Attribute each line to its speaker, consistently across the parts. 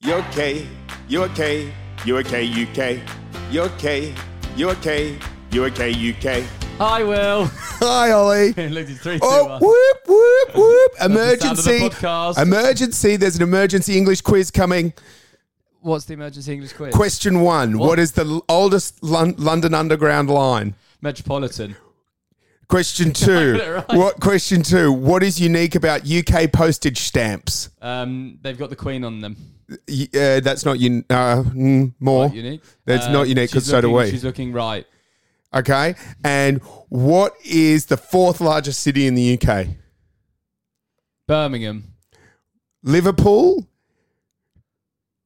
Speaker 1: You're K, you're K, you're K, UK. You're K, you're K, you're K, UK.
Speaker 2: Hi, Will.
Speaker 3: Hi, Ollie.
Speaker 2: Looked at three, two,
Speaker 3: Oh,
Speaker 2: one.
Speaker 3: whoop, whoop, whoop.
Speaker 2: the sound
Speaker 3: Emergency.
Speaker 2: of the podcast.
Speaker 3: Emergency. There's an emergency English quiz coming.
Speaker 2: What's the emergency English quiz?
Speaker 3: Question one
Speaker 2: What?
Speaker 3: what is the l- oldest Lon- London Underground line?
Speaker 2: Metropolitan.
Speaker 3: Question two.
Speaker 2: it right.
Speaker 3: What question two? What is unique about UK postage stamps?
Speaker 2: Um, they've got the Queen on them.
Speaker 3: Y- Uh, that's not un- uh, mm, more.
Speaker 2: Not unique. Um,
Speaker 3: That's not unique, 'cause
Speaker 2: she's
Speaker 3: so do
Speaker 2: looking-
Speaker 3: we.
Speaker 2: She's looking right.
Speaker 3: Okay. And what is the fourth largest city in the UK?
Speaker 2: Birmingham.
Speaker 3: Liverpool.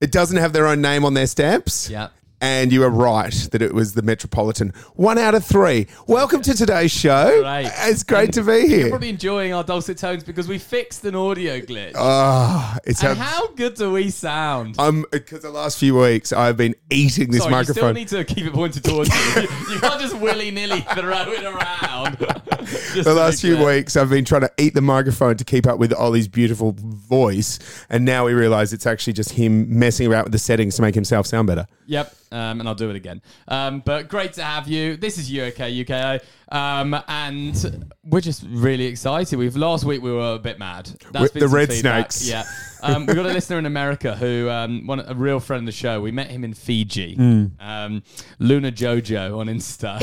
Speaker 3: It doesn't have their own name on their stamps.
Speaker 2: Yeah.
Speaker 3: And you were right that it was the Metropolitan. One out of three. Welcome to today's show.
Speaker 2: Great.
Speaker 3: It's great to be
Speaker 2: You're
Speaker 3: here.
Speaker 2: probably enjoying our dulcet tones because we fixed an audio glitch.
Speaker 3: Ah, it's
Speaker 2: and
Speaker 3: a-
Speaker 2: how good do we sound?
Speaker 3: I'm because the last few weeks I've been eating this
Speaker 2: Sorry,
Speaker 3: microphone.
Speaker 2: you still need to keep it pointed towards you. You, you can't just willy nilly throw it around. Just
Speaker 3: the
Speaker 2: to
Speaker 3: last
Speaker 2: be
Speaker 3: few
Speaker 2: clear.
Speaker 3: weeks I've been trying to eat the microphone to keep up with Ollie's beautiful voice, and now we realise it's actually just him messing around with the settings to make himself sound better.
Speaker 2: Yep, um, and I'll do it again. Um, but great to have you. This is UOK UKO, um, and we're just really excited. We've last week we were a bit mad.
Speaker 3: With
Speaker 2: That's been
Speaker 3: the
Speaker 2: some
Speaker 3: Red
Speaker 2: feedback.
Speaker 3: Snakes.
Speaker 2: Yeah, um, we got a listener in America who um, one a real friend of the show. We met him in Fiji,
Speaker 3: Hmm.
Speaker 2: um, Luna Jojo on Insta.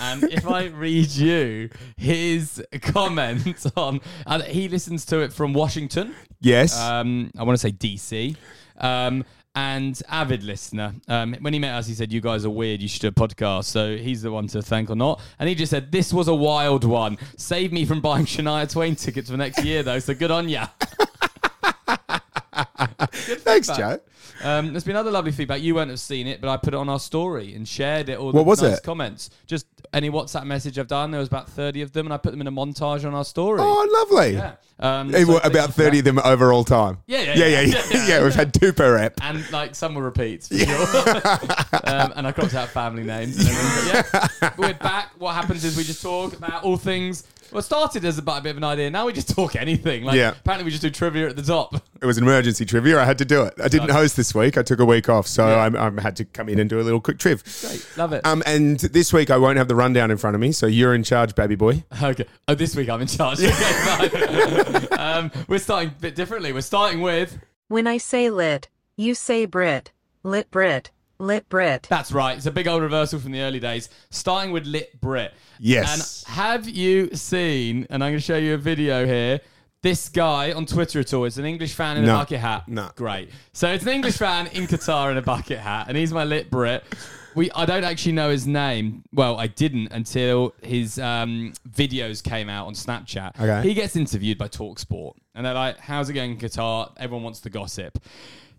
Speaker 2: and if I read you his comments on, and he listens to it from Washington
Speaker 3: Yes.
Speaker 2: um, I want to say DC, um, and avid listener. Um, when he met us, he said, "You guys are weird. You should do a podcast." So he's the one to thank or not. And he just said, "This was a wild one. Saved me from buying Shania Twain tickets for next year, though. So good on ya."
Speaker 3: Thanks, Joe.
Speaker 2: Um, there's been other lovely feedback. You won't have seen it, but I put it on our story and shared it. All
Speaker 3: What
Speaker 2: the
Speaker 3: was
Speaker 2: nice
Speaker 3: it?
Speaker 2: Comments. Just any WhatsApp message I've done. There was about 30 of them, and I put them in a montage on our story.
Speaker 3: Oh, lovely.
Speaker 2: Yeah. Um,
Speaker 3: It
Speaker 2: so
Speaker 3: were
Speaker 2: thank you
Speaker 3: about
Speaker 2: for that.
Speaker 3: 30 of them overall time.
Speaker 2: Yeah, yeah,
Speaker 3: yeah. Yeah,
Speaker 2: yeah.
Speaker 3: yeah,
Speaker 2: Yeah,
Speaker 3: yeah.
Speaker 2: yeah.
Speaker 3: we've had two per app.
Speaker 2: and like some were repeats for sure. um, and I cropped out family names. And everything, but yeah. But we're back. What happens is we just talk about all things. Well, it started as about a bit of an idea. Now we just talk anything. Like
Speaker 3: Yeah.
Speaker 2: apparently we just do trivia at the top.
Speaker 3: It was an emergency trivia. I had to do it. I didn't host this week. I took a week off, so
Speaker 2: Yeah.
Speaker 3: I'm, I'm had to come in and do a little quick triv.
Speaker 2: Love it.
Speaker 3: Um, and this week I won't have the rundown in front of me, so you're in charge, baby boy.
Speaker 2: Okay. Oh, this week I'm in charge. Okay, fine. um, we're starting a bit differently. We're starting with
Speaker 4: When I say lit, you say Brit. Lit Brit. Lit Brit.
Speaker 2: that's right. It's a big old reversal from the early days. Starting with Lit Brit.
Speaker 3: Yes.
Speaker 2: And have you seen? And I'm going to show you a video here. This guy on Twitter at all is an English fan in
Speaker 3: No.
Speaker 2: a bucket hat.
Speaker 3: No.
Speaker 2: Great. So it's an English fan in Qatar in a bucket hat, and he's my lit Brit. We I don't actually know his name. Well, I didn't until his um, videos came out on Snapchat.
Speaker 3: Okay.
Speaker 2: He gets interviewed by Talksport, and they're like, "How's it going in Qatar? Everyone wants to gossip."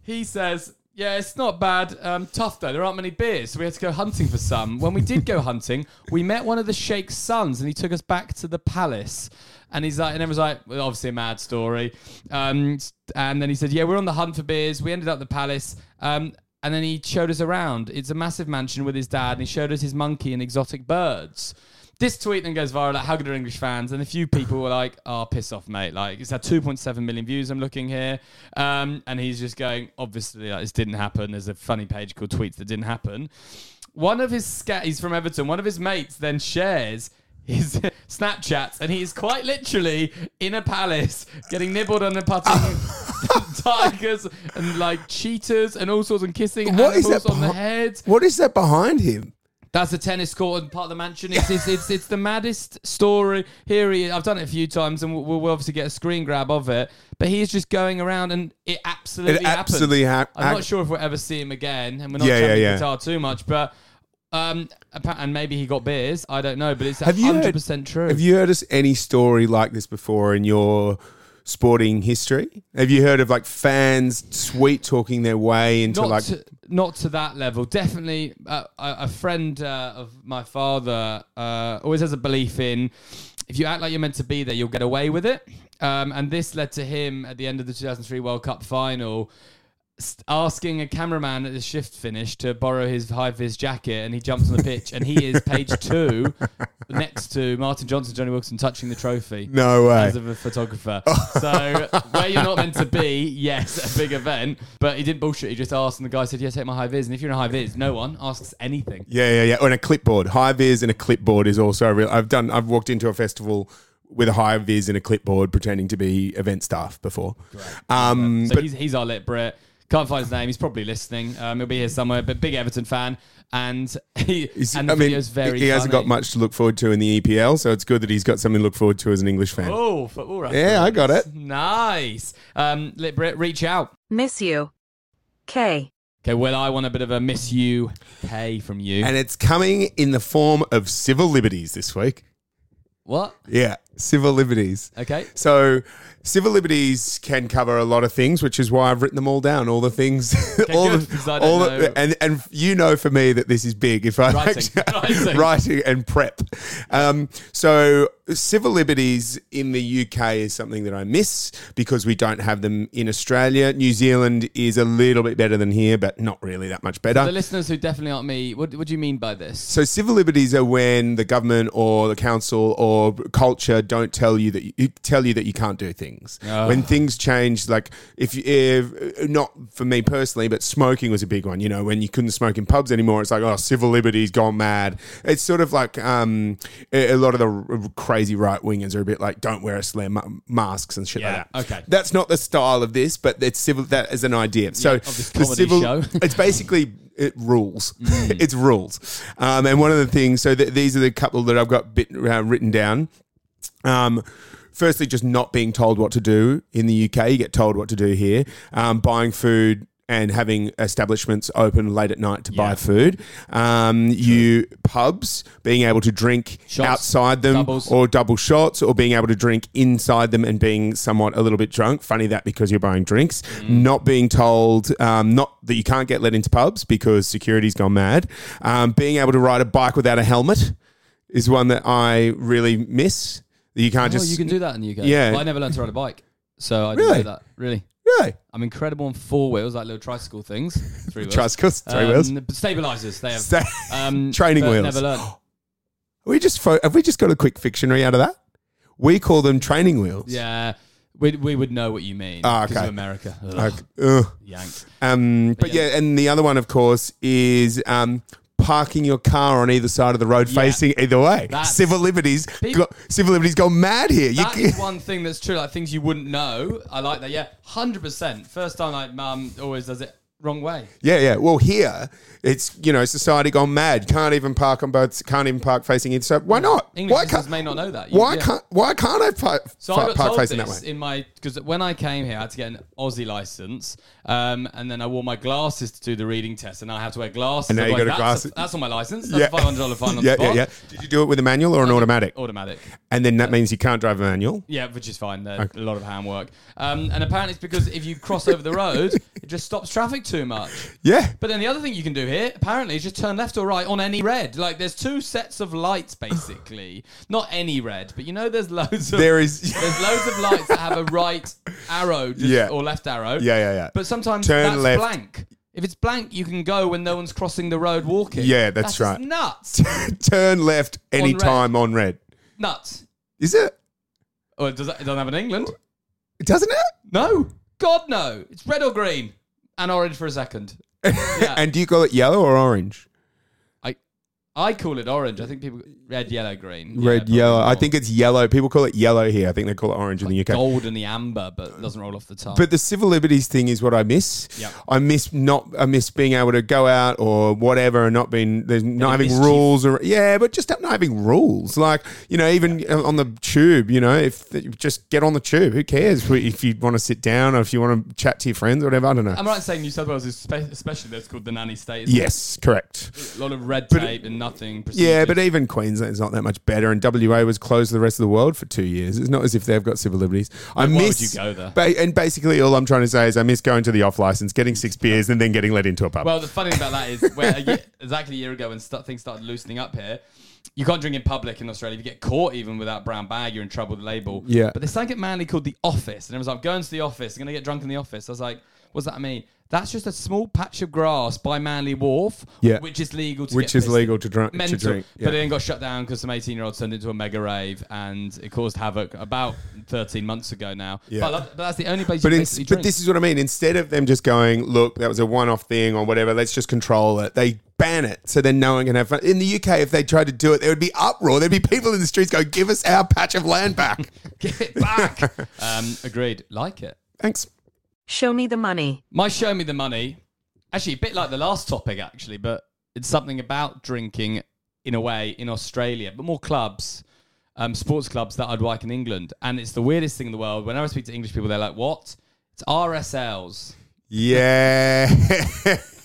Speaker 2: He says. Yeah, it's not bad. Um, tough though. There aren't many beers, so we had to go hunting for some. When we did go hunting, we met one of the sheikh's sons, and he took us back to the palace. And he's like, and everyone's like, well, obviously a mad story. Um, and then he said, yeah, we're on the hunt for beers. We ended up at the palace. Um, and then he showed us around. It's a massive mansion with his dad, and he showed us his monkey and exotic birds. This tweet then goes viral. Like, how good are English fans? And a few people were like, "Oh, piss off, mate!" Like, it's had 2.7 million views. I'm looking here, um, and he's just going, "Obviously, like, this didn't happen." There's a funny page called "Tweets That Didn't Happen." One of his sca- he's from Everton. One of his mates then shares his Snapchats, and he is quite literally in a palace, getting nibbled on and
Speaker 3: Ah.
Speaker 2: putting tigers and like cheetas and all sorts, and kissing
Speaker 3: What is
Speaker 2: animals
Speaker 3: that
Speaker 2: on the
Speaker 3: behi-
Speaker 2: head.
Speaker 3: What is that behind him?
Speaker 2: That's a tennis court and part of the mansion. It's, it's, it's, it's the maddest story. Here he is. I've done it a few times, and we'll, we'll obviously get a screen grab of it. But he's just going around, and it absolutely
Speaker 3: It absolutely
Speaker 2: happened.
Speaker 3: hap-
Speaker 2: I'm
Speaker 3: hap-
Speaker 2: not sure if we'll ever see him again, and we're not
Speaker 3: Yeah, yeah,
Speaker 2: jumping
Speaker 3: yeah.
Speaker 2: guitar too much, but. Um, appa- and maybe he got beers. I don't know, but it's
Speaker 3: Have you heard-
Speaker 2: 100% true.
Speaker 3: Have you heard us any story like this before in your sporting history? Have you heard of like fans sweet talking their way into
Speaker 2: not
Speaker 3: like
Speaker 2: to, not to that level. Definitely, uh, a, a friend uh, of my father uh, always has a belief in if you act like you're meant to be there, you'll get away with it. Um, and this led to him at the end of the 2003 World Cup final. st- asking a cameraman at the shift finish to borrow his high vis jacket, and he jumps on the pitch, and he is page two next to Martin Johnson, Johnny Wilson touching the trophy.
Speaker 3: No way.
Speaker 2: As of a photographer. so where you're not meant to be, yes, a big event. But he didn't bullshit. He just asked, and the guy said, "Yeah, take my high vis." And if you're in a high vis, no one asks anything.
Speaker 3: Yeah, yeah, yeah. And a clipboard. High vis and a clipboard is also real. I've done. I've walked into a festival with a high vis and a clipboard, pretending to be event staff before. Um,
Speaker 2: So
Speaker 3: but
Speaker 2: he's, he's our lit Brit. Can't find his name. He's probably listening. Um, he'll be here somewhere. But big Everton fan, and he
Speaker 3: he's-
Speaker 2: and the
Speaker 3: I mean,
Speaker 2: video's very.
Speaker 3: he hasn't
Speaker 2: funny.
Speaker 3: got much to look forward to in the EPL, so it's good that he's got something to look forward to as an English fan.
Speaker 2: Oh, football reference.
Speaker 3: Yeah, I got it.
Speaker 2: Nice. Um, lit Brit, reach out.
Speaker 4: Miss you. K.
Speaker 2: Okay, well, I want a bit of a miss you, K from you.
Speaker 3: And it's coming in the form of civil liberties this week.
Speaker 2: what?
Speaker 3: Yeah, civil liberties.
Speaker 2: Okay.
Speaker 3: So, civil liberties can cover a lot of things, which is why I've written them all down. All the things, all
Speaker 2: good, because I
Speaker 3: the,
Speaker 2: don't
Speaker 3: all the,
Speaker 2: know.
Speaker 3: and and you know for me that this is big. If I
Speaker 2: Writing. Writing.
Speaker 3: writing and prep, um, so civil liberties in the UK is something that I miss because we don't have them in Australia. New Zealand is a little bit better than here, but not really that much better.
Speaker 2: The listeners who definitely aren't me, what, what do you mean by this?
Speaker 3: So civil liberties are when the government or the council or culture don't tell you that you tell you that you can't do things.
Speaker 2: Ah.
Speaker 3: When things change, like if, you- if not for me personally, but smoking was a big one. You know, when you couldn't smoke in pubs anymore, it's like oh, civil liberties gone mad. It's sort of like um, a a lot of the r- crazy right wingers are a bit like don't wear a slam ma- masks and shit
Speaker 2: Yeah,
Speaker 3: like that.
Speaker 2: okay.
Speaker 3: that's not the style of this, but it's civil. That is an idea. So
Speaker 2: of this
Speaker 3: the
Speaker 2: comedy
Speaker 3: civil.
Speaker 2: show. Mm.
Speaker 3: It's basically it rules. it's rules. Um, and one of the things, so th- these are the couple that I've got bit, uh, written down. Um, firstly, just not being told what to do in the UK. You get told what to do here. Um, buying food and having establishments open late at night to buy food. Um, you pubs being able to drink
Speaker 2: Shots,
Speaker 3: outside them
Speaker 2: doubles.
Speaker 3: or double shots or being able to drink inside them and being somewhat a little bit drunk. Funny that because you're buying drinks,
Speaker 2: Mm.
Speaker 3: not being told, um, not that you can't get let into pubs because security's gone mad. Um, being able to ride a bike without a helmet is one that I really miss. That you can't
Speaker 2: oh,
Speaker 3: just
Speaker 2: you can do that in the UK.
Speaker 3: Yeah.
Speaker 2: Well, I never learned to ride a bike, so I didn't
Speaker 3: Really?
Speaker 2: do that. Really.
Speaker 3: Really?
Speaker 2: I'm incredible on four wheels, like little tricycle things. Three wheels.
Speaker 3: Tricycles, three
Speaker 2: um,
Speaker 3: wheels.
Speaker 2: Stabilizers, they have.
Speaker 3: Sta-
Speaker 2: um,
Speaker 3: Training
Speaker 2: but
Speaker 3: wheels.
Speaker 2: Never learned.
Speaker 3: we just fo- have we just got a quick fictionary out of that. We call them training wheels.
Speaker 2: Yeah, we, we would know what you mean.
Speaker 3: Ah,
Speaker 2: 'cause of
Speaker 3: okay.
Speaker 2: America. Ugh,
Speaker 3: Like, ugh.
Speaker 2: Yanks.
Speaker 3: Um, but yeah. and the other one, of course, is um, parking your car on either side of the road,
Speaker 2: Yeah.
Speaker 3: facing either way.
Speaker 2: That's-
Speaker 3: civil liberties,
Speaker 2: Peop-
Speaker 3: got, civil liberties gone mad here. You
Speaker 2: That
Speaker 3: can-
Speaker 2: is one thing that's true. Like things you wouldn't know. I like that. Yeah, hundred percent. First time, like mum always does it wrong way.
Speaker 3: yeah, yeah. Well, here it's you know society gone mad. Can't even park on both. Can't even park facing either side. Why not?
Speaker 2: Mm. English
Speaker 3: why
Speaker 2: listeners
Speaker 3: can't?
Speaker 2: may not know that. You-
Speaker 3: Why
Speaker 2: yeah.
Speaker 3: can't? Why can't I park,
Speaker 2: So I
Speaker 3: park,
Speaker 2: got told
Speaker 3: facing
Speaker 2: this
Speaker 3: that way?
Speaker 2: in my because when I came here, I had to get an Aussie license, um, and then I wore my glasses to do the reading test, and I had to wear glasses.
Speaker 3: And now you
Speaker 2: Otherwise,
Speaker 3: got a
Speaker 2: that's
Speaker 3: glasses-
Speaker 2: that's on my license. That's a five hundred dollar fine on
Speaker 3: yeah,
Speaker 2: the spot.
Speaker 3: yeah, yeah. Did you do it with a manual or an automatic?
Speaker 2: Automatic.
Speaker 3: And then that means you can't drive a manual.
Speaker 2: Yeah, which is fine. There's A lot of hand work. Um, and apparently, it's because if you cross over the road, it just stops traffic too much.
Speaker 3: Yeah.
Speaker 2: But then the other thing you can do here, apparently, is just turn left or right on any red. Like there's two sets of lights basically, not any red, but you know there's loads of
Speaker 3: There is-
Speaker 2: there's loads of lights that have a right arrow just,
Speaker 3: Yeah.
Speaker 2: or left arrow.
Speaker 3: Yeah, yeah, yeah.
Speaker 2: But sometimes
Speaker 3: Turn
Speaker 2: that's
Speaker 3: left.
Speaker 2: blank. If it's blank, you can go when no one's crossing the road walking.
Speaker 3: Yeah, that's
Speaker 2: just
Speaker 3: right.
Speaker 2: Nuts.
Speaker 3: Turn left any
Speaker 2: red.
Speaker 3: time on red.
Speaker 2: nuts.
Speaker 3: Is it?
Speaker 2: Oh, does that, it doesn't happen in England?
Speaker 3: Doesn't it?
Speaker 2: No. God no. It's red or green and orange for a second. Yeah.
Speaker 3: Uh, And do you call it yellow or orange?
Speaker 2: I I call it orange. I think people red, yellow, green. Yeah,
Speaker 3: Red,
Speaker 2: probably
Speaker 3: yellow. I
Speaker 2: more.
Speaker 3: think it's yellow. People call it yellow here. I think they call it orange in the UK.
Speaker 2: gold and the amber, but it doesn't roll off the tongue.
Speaker 3: But the civil liberties thing is what I miss.
Speaker 2: Yeah.
Speaker 3: I miss not. I miss being able to go out or whatever and not being there's not having
Speaker 2: mischief.
Speaker 3: rules or yeah, but just not having rules. Like you know, even on the tube, you know, if just get on the tube, who cares if you want to sit down or if you want to chat to your friends or whatever. I don't know.
Speaker 2: I'm right in saying New South Wales is spe- especially that's called the nanny state. isn't it?
Speaker 3: yes, correct.
Speaker 2: a lot of red tape and nothing.
Speaker 3: Yeah,
Speaker 2: procedures.
Speaker 3: but even Queensland's not that much better, and WA was closed to the rest of the world for two years. It's not as if they've got civil liberties. I
Speaker 2: why would
Speaker 3: miss
Speaker 2: you go there?
Speaker 3: ba- and basically, all I'm trying to say is I miss going to the off license, getting six beers, and then getting let into a pub.
Speaker 2: well, the funny thing about that is where a year, exactly a year ago when st- things started loosening up here. You can't drink in public in Australia. If you get caught even without brown bag, you're in trouble with the label.
Speaker 3: Yeah.
Speaker 2: But there's something at Manly called the office. And it was like, I'm going to the office. I'm going to get drunk in the office. I was like, what's that mean? That's just a small patch of grass by Manly Wharf,
Speaker 3: Yeah.
Speaker 2: which is legal to
Speaker 3: which
Speaker 2: get
Speaker 3: is
Speaker 2: pissed.
Speaker 3: legal to, drink. to
Speaker 2: Mental.
Speaker 3: drink. yeah.
Speaker 2: But it then got shut down because some 18 year olds turned it into a mega rave and it caused havoc about 13 months ago now.
Speaker 3: Yeah.
Speaker 2: But, that- but that's the only place
Speaker 3: But,
Speaker 2: you
Speaker 3: in,
Speaker 2: basically
Speaker 3: but
Speaker 2: drink.
Speaker 3: this is what I mean. Instead of them just going, look, that was a one off thing or whatever, let's just control it, they ban it so then no one can have fun. In the UK, if they tried to do it, there would be uproar. There'd be people in the streets going, give us our patch of land back.
Speaker 2: Get it back. um, agreed. Like it.
Speaker 3: Thanks.
Speaker 4: Show me the money.
Speaker 2: My show me the money. Actually, a bit like the last topic, actually, but it's something about drinking in a way in Australia, but more clubs, um, sports clubs that I'd like in England. And it's the weirdest thing in the world. Whenever I speak to English people, they're like, what? It's RSLs.
Speaker 3: Yeah.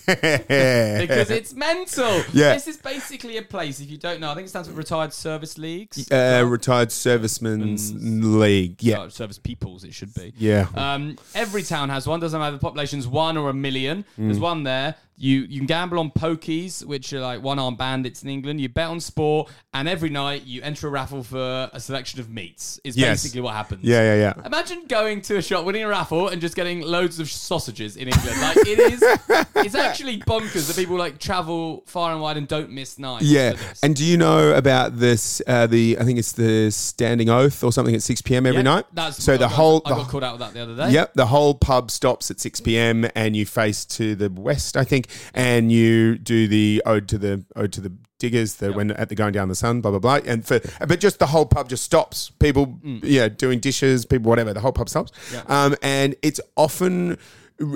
Speaker 2: because it's mental.
Speaker 3: Yeah.
Speaker 2: This is basically a place, if you don't know, I think it stands for Retired Service Leagues.
Speaker 3: uh, retired servicemen's league. Yeah.
Speaker 2: Uh, service peoples, it should be.
Speaker 3: Yeah.
Speaker 2: Um, every town has one. Doesn't matter if the population's one or a million.
Speaker 3: Mm.
Speaker 2: There's one there. You you can gamble on pokies, which are like one arm bandits in England. You bet on sport, and every night you enter a raffle for a selection of meats. Is
Speaker 3: Yes.
Speaker 2: basically what happens.
Speaker 3: Yeah, yeah, yeah.
Speaker 2: Imagine going to a shop, winning a raffle, and just getting loads of sausages in England. Like it is, it's actually bonkers that people like travel far and wide and don't miss nights.
Speaker 3: Yeah,
Speaker 2: for this.
Speaker 3: and do you know about this? Uh, the I think it's the standing oath or something at six p.m. every
Speaker 2: Yeah,
Speaker 3: night.
Speaker 2: That's
Speaker 3: so
Speaker 2: I
Speaker 3: the
Speaker 2: got-
Speaker 3: whole
Speaker 2: I
Speaker 3: the-
Speaker 2: got called out with that the other day.
Speaker 3: Yep, the whole pub stops at 6 p.m. and you face to the west, I think, and you do the ode to the ode to the diggers, the when at the going down the sun, blah blah blah, and for but just the whole pub just stops. People,
Speaker 2: Mm.
Speaker 3: yeah, doing dishes, people, whatever. The whole pub stops, um, and it's often.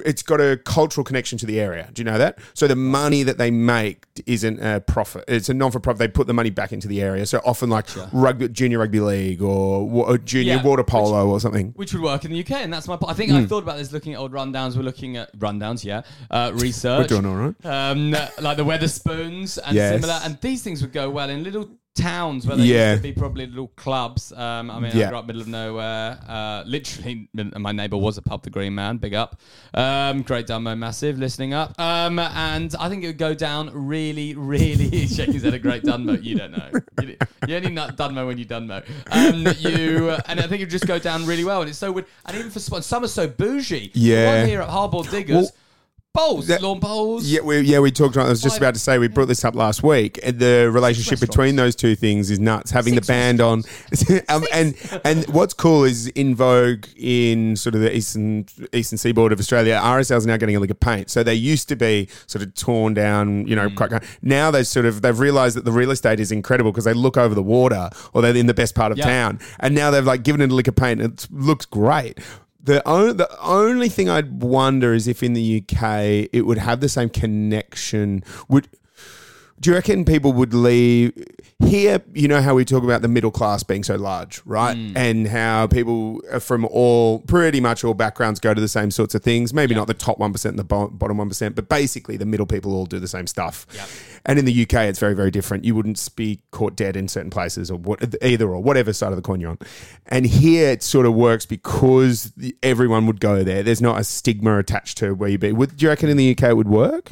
Speaker 3: It's got a cultural connection to the area. Do you know that? So the money that they make isn't a profit; it's a non-for-profit. They put the money back into the area. So often, like rugby, junior rugby league or, wa- or junior
Speaker 2: Yeah,
Speaker 3: water
Speaker 2: which-
Speaker 3: polo or something.
Speaker 2: Which would work in the UK, and that's my. po- I think
Speaker 3: Hmm.
Speaker 2: I thought about this looking at old rundowns. We're looking at rundowns, yeah. Uh, research.
Speaker 3: We're doing all right.
Speaker 2: Um, like the Weatherspoons and
Speaker 3: Yes.
Speaker 2: similar, and these things would go well in little towns where they
Speaker 3: Yeah.
Speaker 2: used to be probably little clubs. Um, I mean,
Speaker 3: Yeah.
Speaker 2: I grew up middle of nowhere. Uh, literally, and my neighbour was a pub, the Green Man. Big up, um, great Dumbo, massive listening up. Um, and I think it would go down really, really. He's shaking his head at great Dunmo. You don't know. You, you only nut Dunmo when you Dunmo. Um, you and I think it would just go down really well. And it's so weird. And even for sp- some are so bougie. The
Speaker 3: Yeah.
Speaker 2: one here at Harbour Diggers.
Speaker 3: Well,
Speaker 2: Bowls,
Speaker 3: that-
Speaker 2: lawn bowls.
Speaker 3: Yeah, we, yeah, we talked. about I was just about to say we brought this up last week. and The relationship between those two things is nuts. Having
Speaker 2: Six
Speaker 3: the band on, um, and and what's cool is in vogue in sort of the eastern eastern seaboard of Australia. RSL is now getting a lick of paint. So they used to be sort of torn down, you know.
Speaker 2: Mm.
Speaker 3: quite- Now they sort of they've realised that the real estate is incredible because they look over the water or they're in the best part of
Speaker 2: Yeah.
Speaker 3: town, and now they've like given it a lick of paint. and It looks great. The only, the only thing I'd wonder is if in the UK it would have the same connection. Would do you reckon people would leave here? You know how we talk about the middle class being so large, right? And how people from all pretty much all backgrounds go to the same sorts of things. Maybe not the top one percent and the bo- bottom one percent, but basically the middle people all do the same stuff. And in the UK, it's very very different. You wouldn't be caught dead in certain places or what either or whatever side of the coin you're on. And here it sort of works because the- everyone would go there. There's not a stigma attached to where you be. Would, do you reckon in the UK it would work?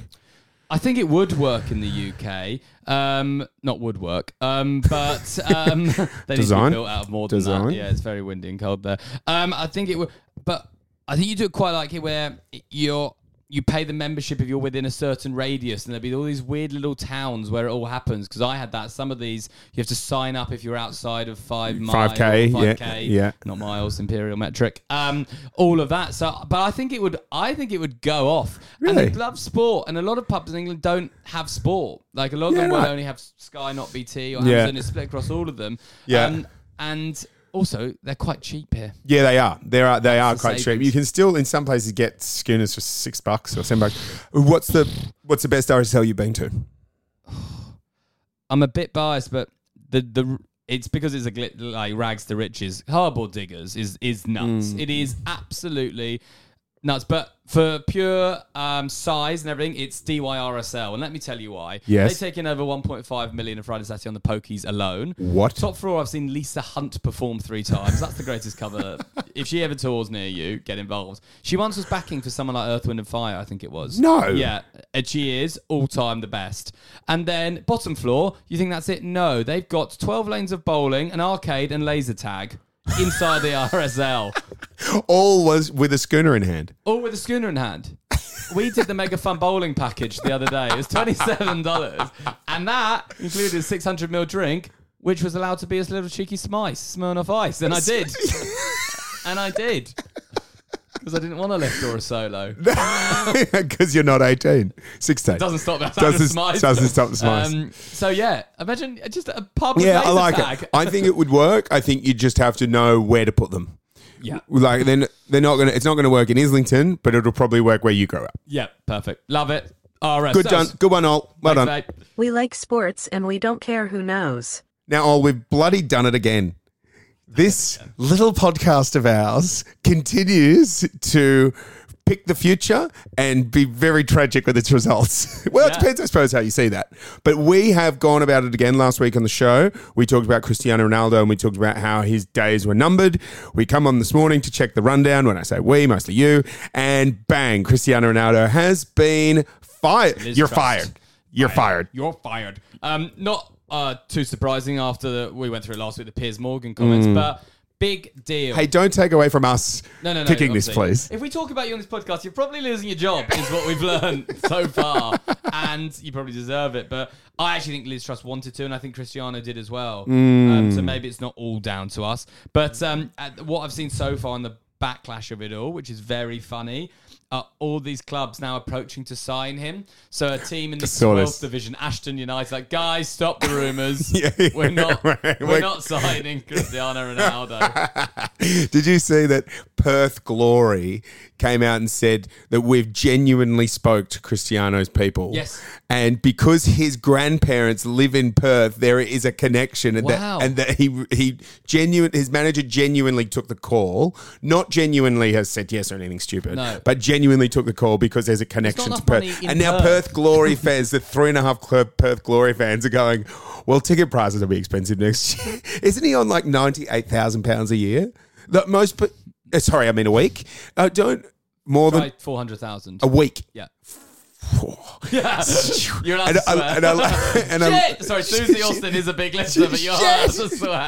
Speaker 2: I think it would work in the UK. Um, not would work, um, but um, they need to
Speaker 3: Design.
Speaker 2: be built out of more than
Speaker 3: Design.
Speaker 2: that. Yeah, it's very windy and cold there. Um, I think it would, but I think you do it quite like it where you're. You pay the membership if you're within a certain radius, and there'll be all these weird little towns where it all happens. Because I had that. Some of these you have to sign up if you're outside of five miles,
Speaker 3: 5K, yeah, yeah.
Speaker 2: not miles, imperial metric. Um, all of that. So, but I think it would. I think it would go off. And
Speaker 3: Really?
Speaker 2: they'd love sport, and a lot of pubs in England don't have sport. Like a lot of
Speaker 3: Yeah,
Speaker 2: them will
Speaker 3: right.
Speaker 2: only have Sky, not BT, or
Speaker 3: Yeah.
Speaker 2: Amazon. It's split across all of them.
Speaker 3: Yeah.
Speaker 2: Um, and also, they're quite cheap here.
Speaker 3: Yeah, they are. They are. They are
Speaker 2: the
Speaker 3: quite cheap.
Speaker 2: savings.
Speaker 3: You can still, in some places, get schooners for six bucks or seven bucks. What's the What's the best RSL you've been to?
Speaker 2: I'm a bit biased, but the the it's because it's a glit, like rags to riches. Harbour diggers is is nuts.
Speaker 3: Mm.
Speaker 2: It is absolutely nuts. But for pure um, size and everything, it's DYRSL, and let me tell you why.
Speaker 3: Yes.
Speaker 2: they take in over 1.5 million on Friday Saturday on the pokies alone.
Speaker 3: What?
Speaker 2: top floor? I've seen Lisa Hunt perform three times. That's the greatest cover. if she ever tours near you, get involved. She once was backing for someone like Earth, Wind and Fire. I think it was.
Speaker 3: No.
Speaker 2: Yeah, and she is all time the best. And then bottom floor, you think that's it? No, they've got 12 lanes of bowling, an arcade, and laser tag inside the RSL,
Speaker 3: All was with a schooner in hand.
Speaker 2: all with a schooner in hand. we did the mega fun bowling package the other day. It was twenty seven dollars, and that included a six hundred ml drink, which was allowed to be as little cheeky smice, Smirnoff Ice, and I did, and I did, because I didn't want a lift or a solo.
Speaker 3: Because you're not 18. 16.
Speaker 2: Oh. Doesn't stop that.
Speaker 3: Doesn't-
Speaker 2: smice.
Speaker 3: doesn't stop the smice.
Speaker 2: Um, so yeah, imagine just a pub. With
Speaker 3: Yeah, I
Speaker 2: laser
Speaker 3: like
Speaker 2: tag.
Speaker 3: it. I think it would work. I think you just have to know where to put them.
Speaker 2: Yeah.
Speaker 3: Like then they're not gonna. It's not gonna work in Islington, but it'll probably work where you grow up.
Speaker 2: Yeah, perfect. Love it. All right.
Speaker 3: Good
Speaker 2: so-
Speaker 3: done. Good one, all. Well
Speaker 2: Thanks,
Speaker 3: done.
Speaker 2: mate.
Speaker 4: We like sports and we don't care who knows.
Speaker 3: Now, all we've bloody done it again. This little podcast of ours continues to pick the future and be very tragic with its results. well, it
Speaker 2: Yeah.
Speaker 3: depends, I suppose, how you see that. But we have gone about it again last week on the show. We talked about Cristiano Ronaldo and we talked about how his days were numbered. We come on this morning to check the rundown. When I say we, mostly you, and bang, Cristiano Ronaldo has been fired.
Speaker 2: Liz
Speaker 3: You're
Speaker 2: Truss.
Speaker 3: fired. You're fired.
Speaker 2: You're fired. Um, not uh, too surprising after the, we went through it last week, the Piers Morgan comments, but big deal.
Speaker 3: Hmm. Hey, don't take away from us
Speaker 2: no, no, no,
Speaker 3: picking this,
Speaker 2: obviously.
Speaker 3: please.
Speaker 2: If we talk about you on this podcast, you're probably losing your job, is what we've learned so far, and you probably deserve it. But I actually think Liz Truss wanted to, and I think Cristiano did as well.
Speaker 3: Hmm.
Speaker 2: Um, so maybe it's not all down to us. But um, at what I've seen so far in the backlash of it all, which is very funny, are all these clubs now approaching to sign him. So a team in the
Speaker 3: saw
Speaker 2: 12th
Speaker 3: this.
Speaker 2: division, Ashton United, like guys, stop the rumours.
Speaker 3: Yeah, yeah,
Speaker 2: we're not,
Speaker 3: right.
Speaker 2: we're
Speaker 3: We're-
Speaker 2: not signing Cristiano Ronaldo.
Speaker 3: Did you see that Perth Glory came out and said that we've genuinely spoke to Cristiano's people?
Speaker 2: Yes.
Speaker 3: And because his grandparents live in Perth, there is a connection, and
Speaker 2: Wow.
Speaker 3: that and that he he genuine his manager genuinely took the call, not genuinely has said yes or anything stupid,
Speaker 2: No.
Speaker 3: but genuinely took the call because there's a connection to
Speaker 2: enough money
Speaker 3: Perth.
Speaker 2: in
Speaker 3: And now
Speaker 2: Perth.
Speaker 3: Perth Glory fans, the three and a half club Perth Glory fans are going. Well, ticket prices will be expensive next year. Isn't he on like ninety eight thousand pounds a year? That most, but uh, sorry, I mean a week. Uh, don't more than
Speaker 2: Right, 400,000.
Speaker 3: a week.
Speaker 2: Yeah.
Speaker 3: Yeah,
Speaker 2: You're allowed
Speaker 3: and,
Speaker 2: to swear.
Speaker 3: I, and, I, and I-
Speaker 2: Shit! Sorry, Susie Austin is a big listener, but you're allowed to swear.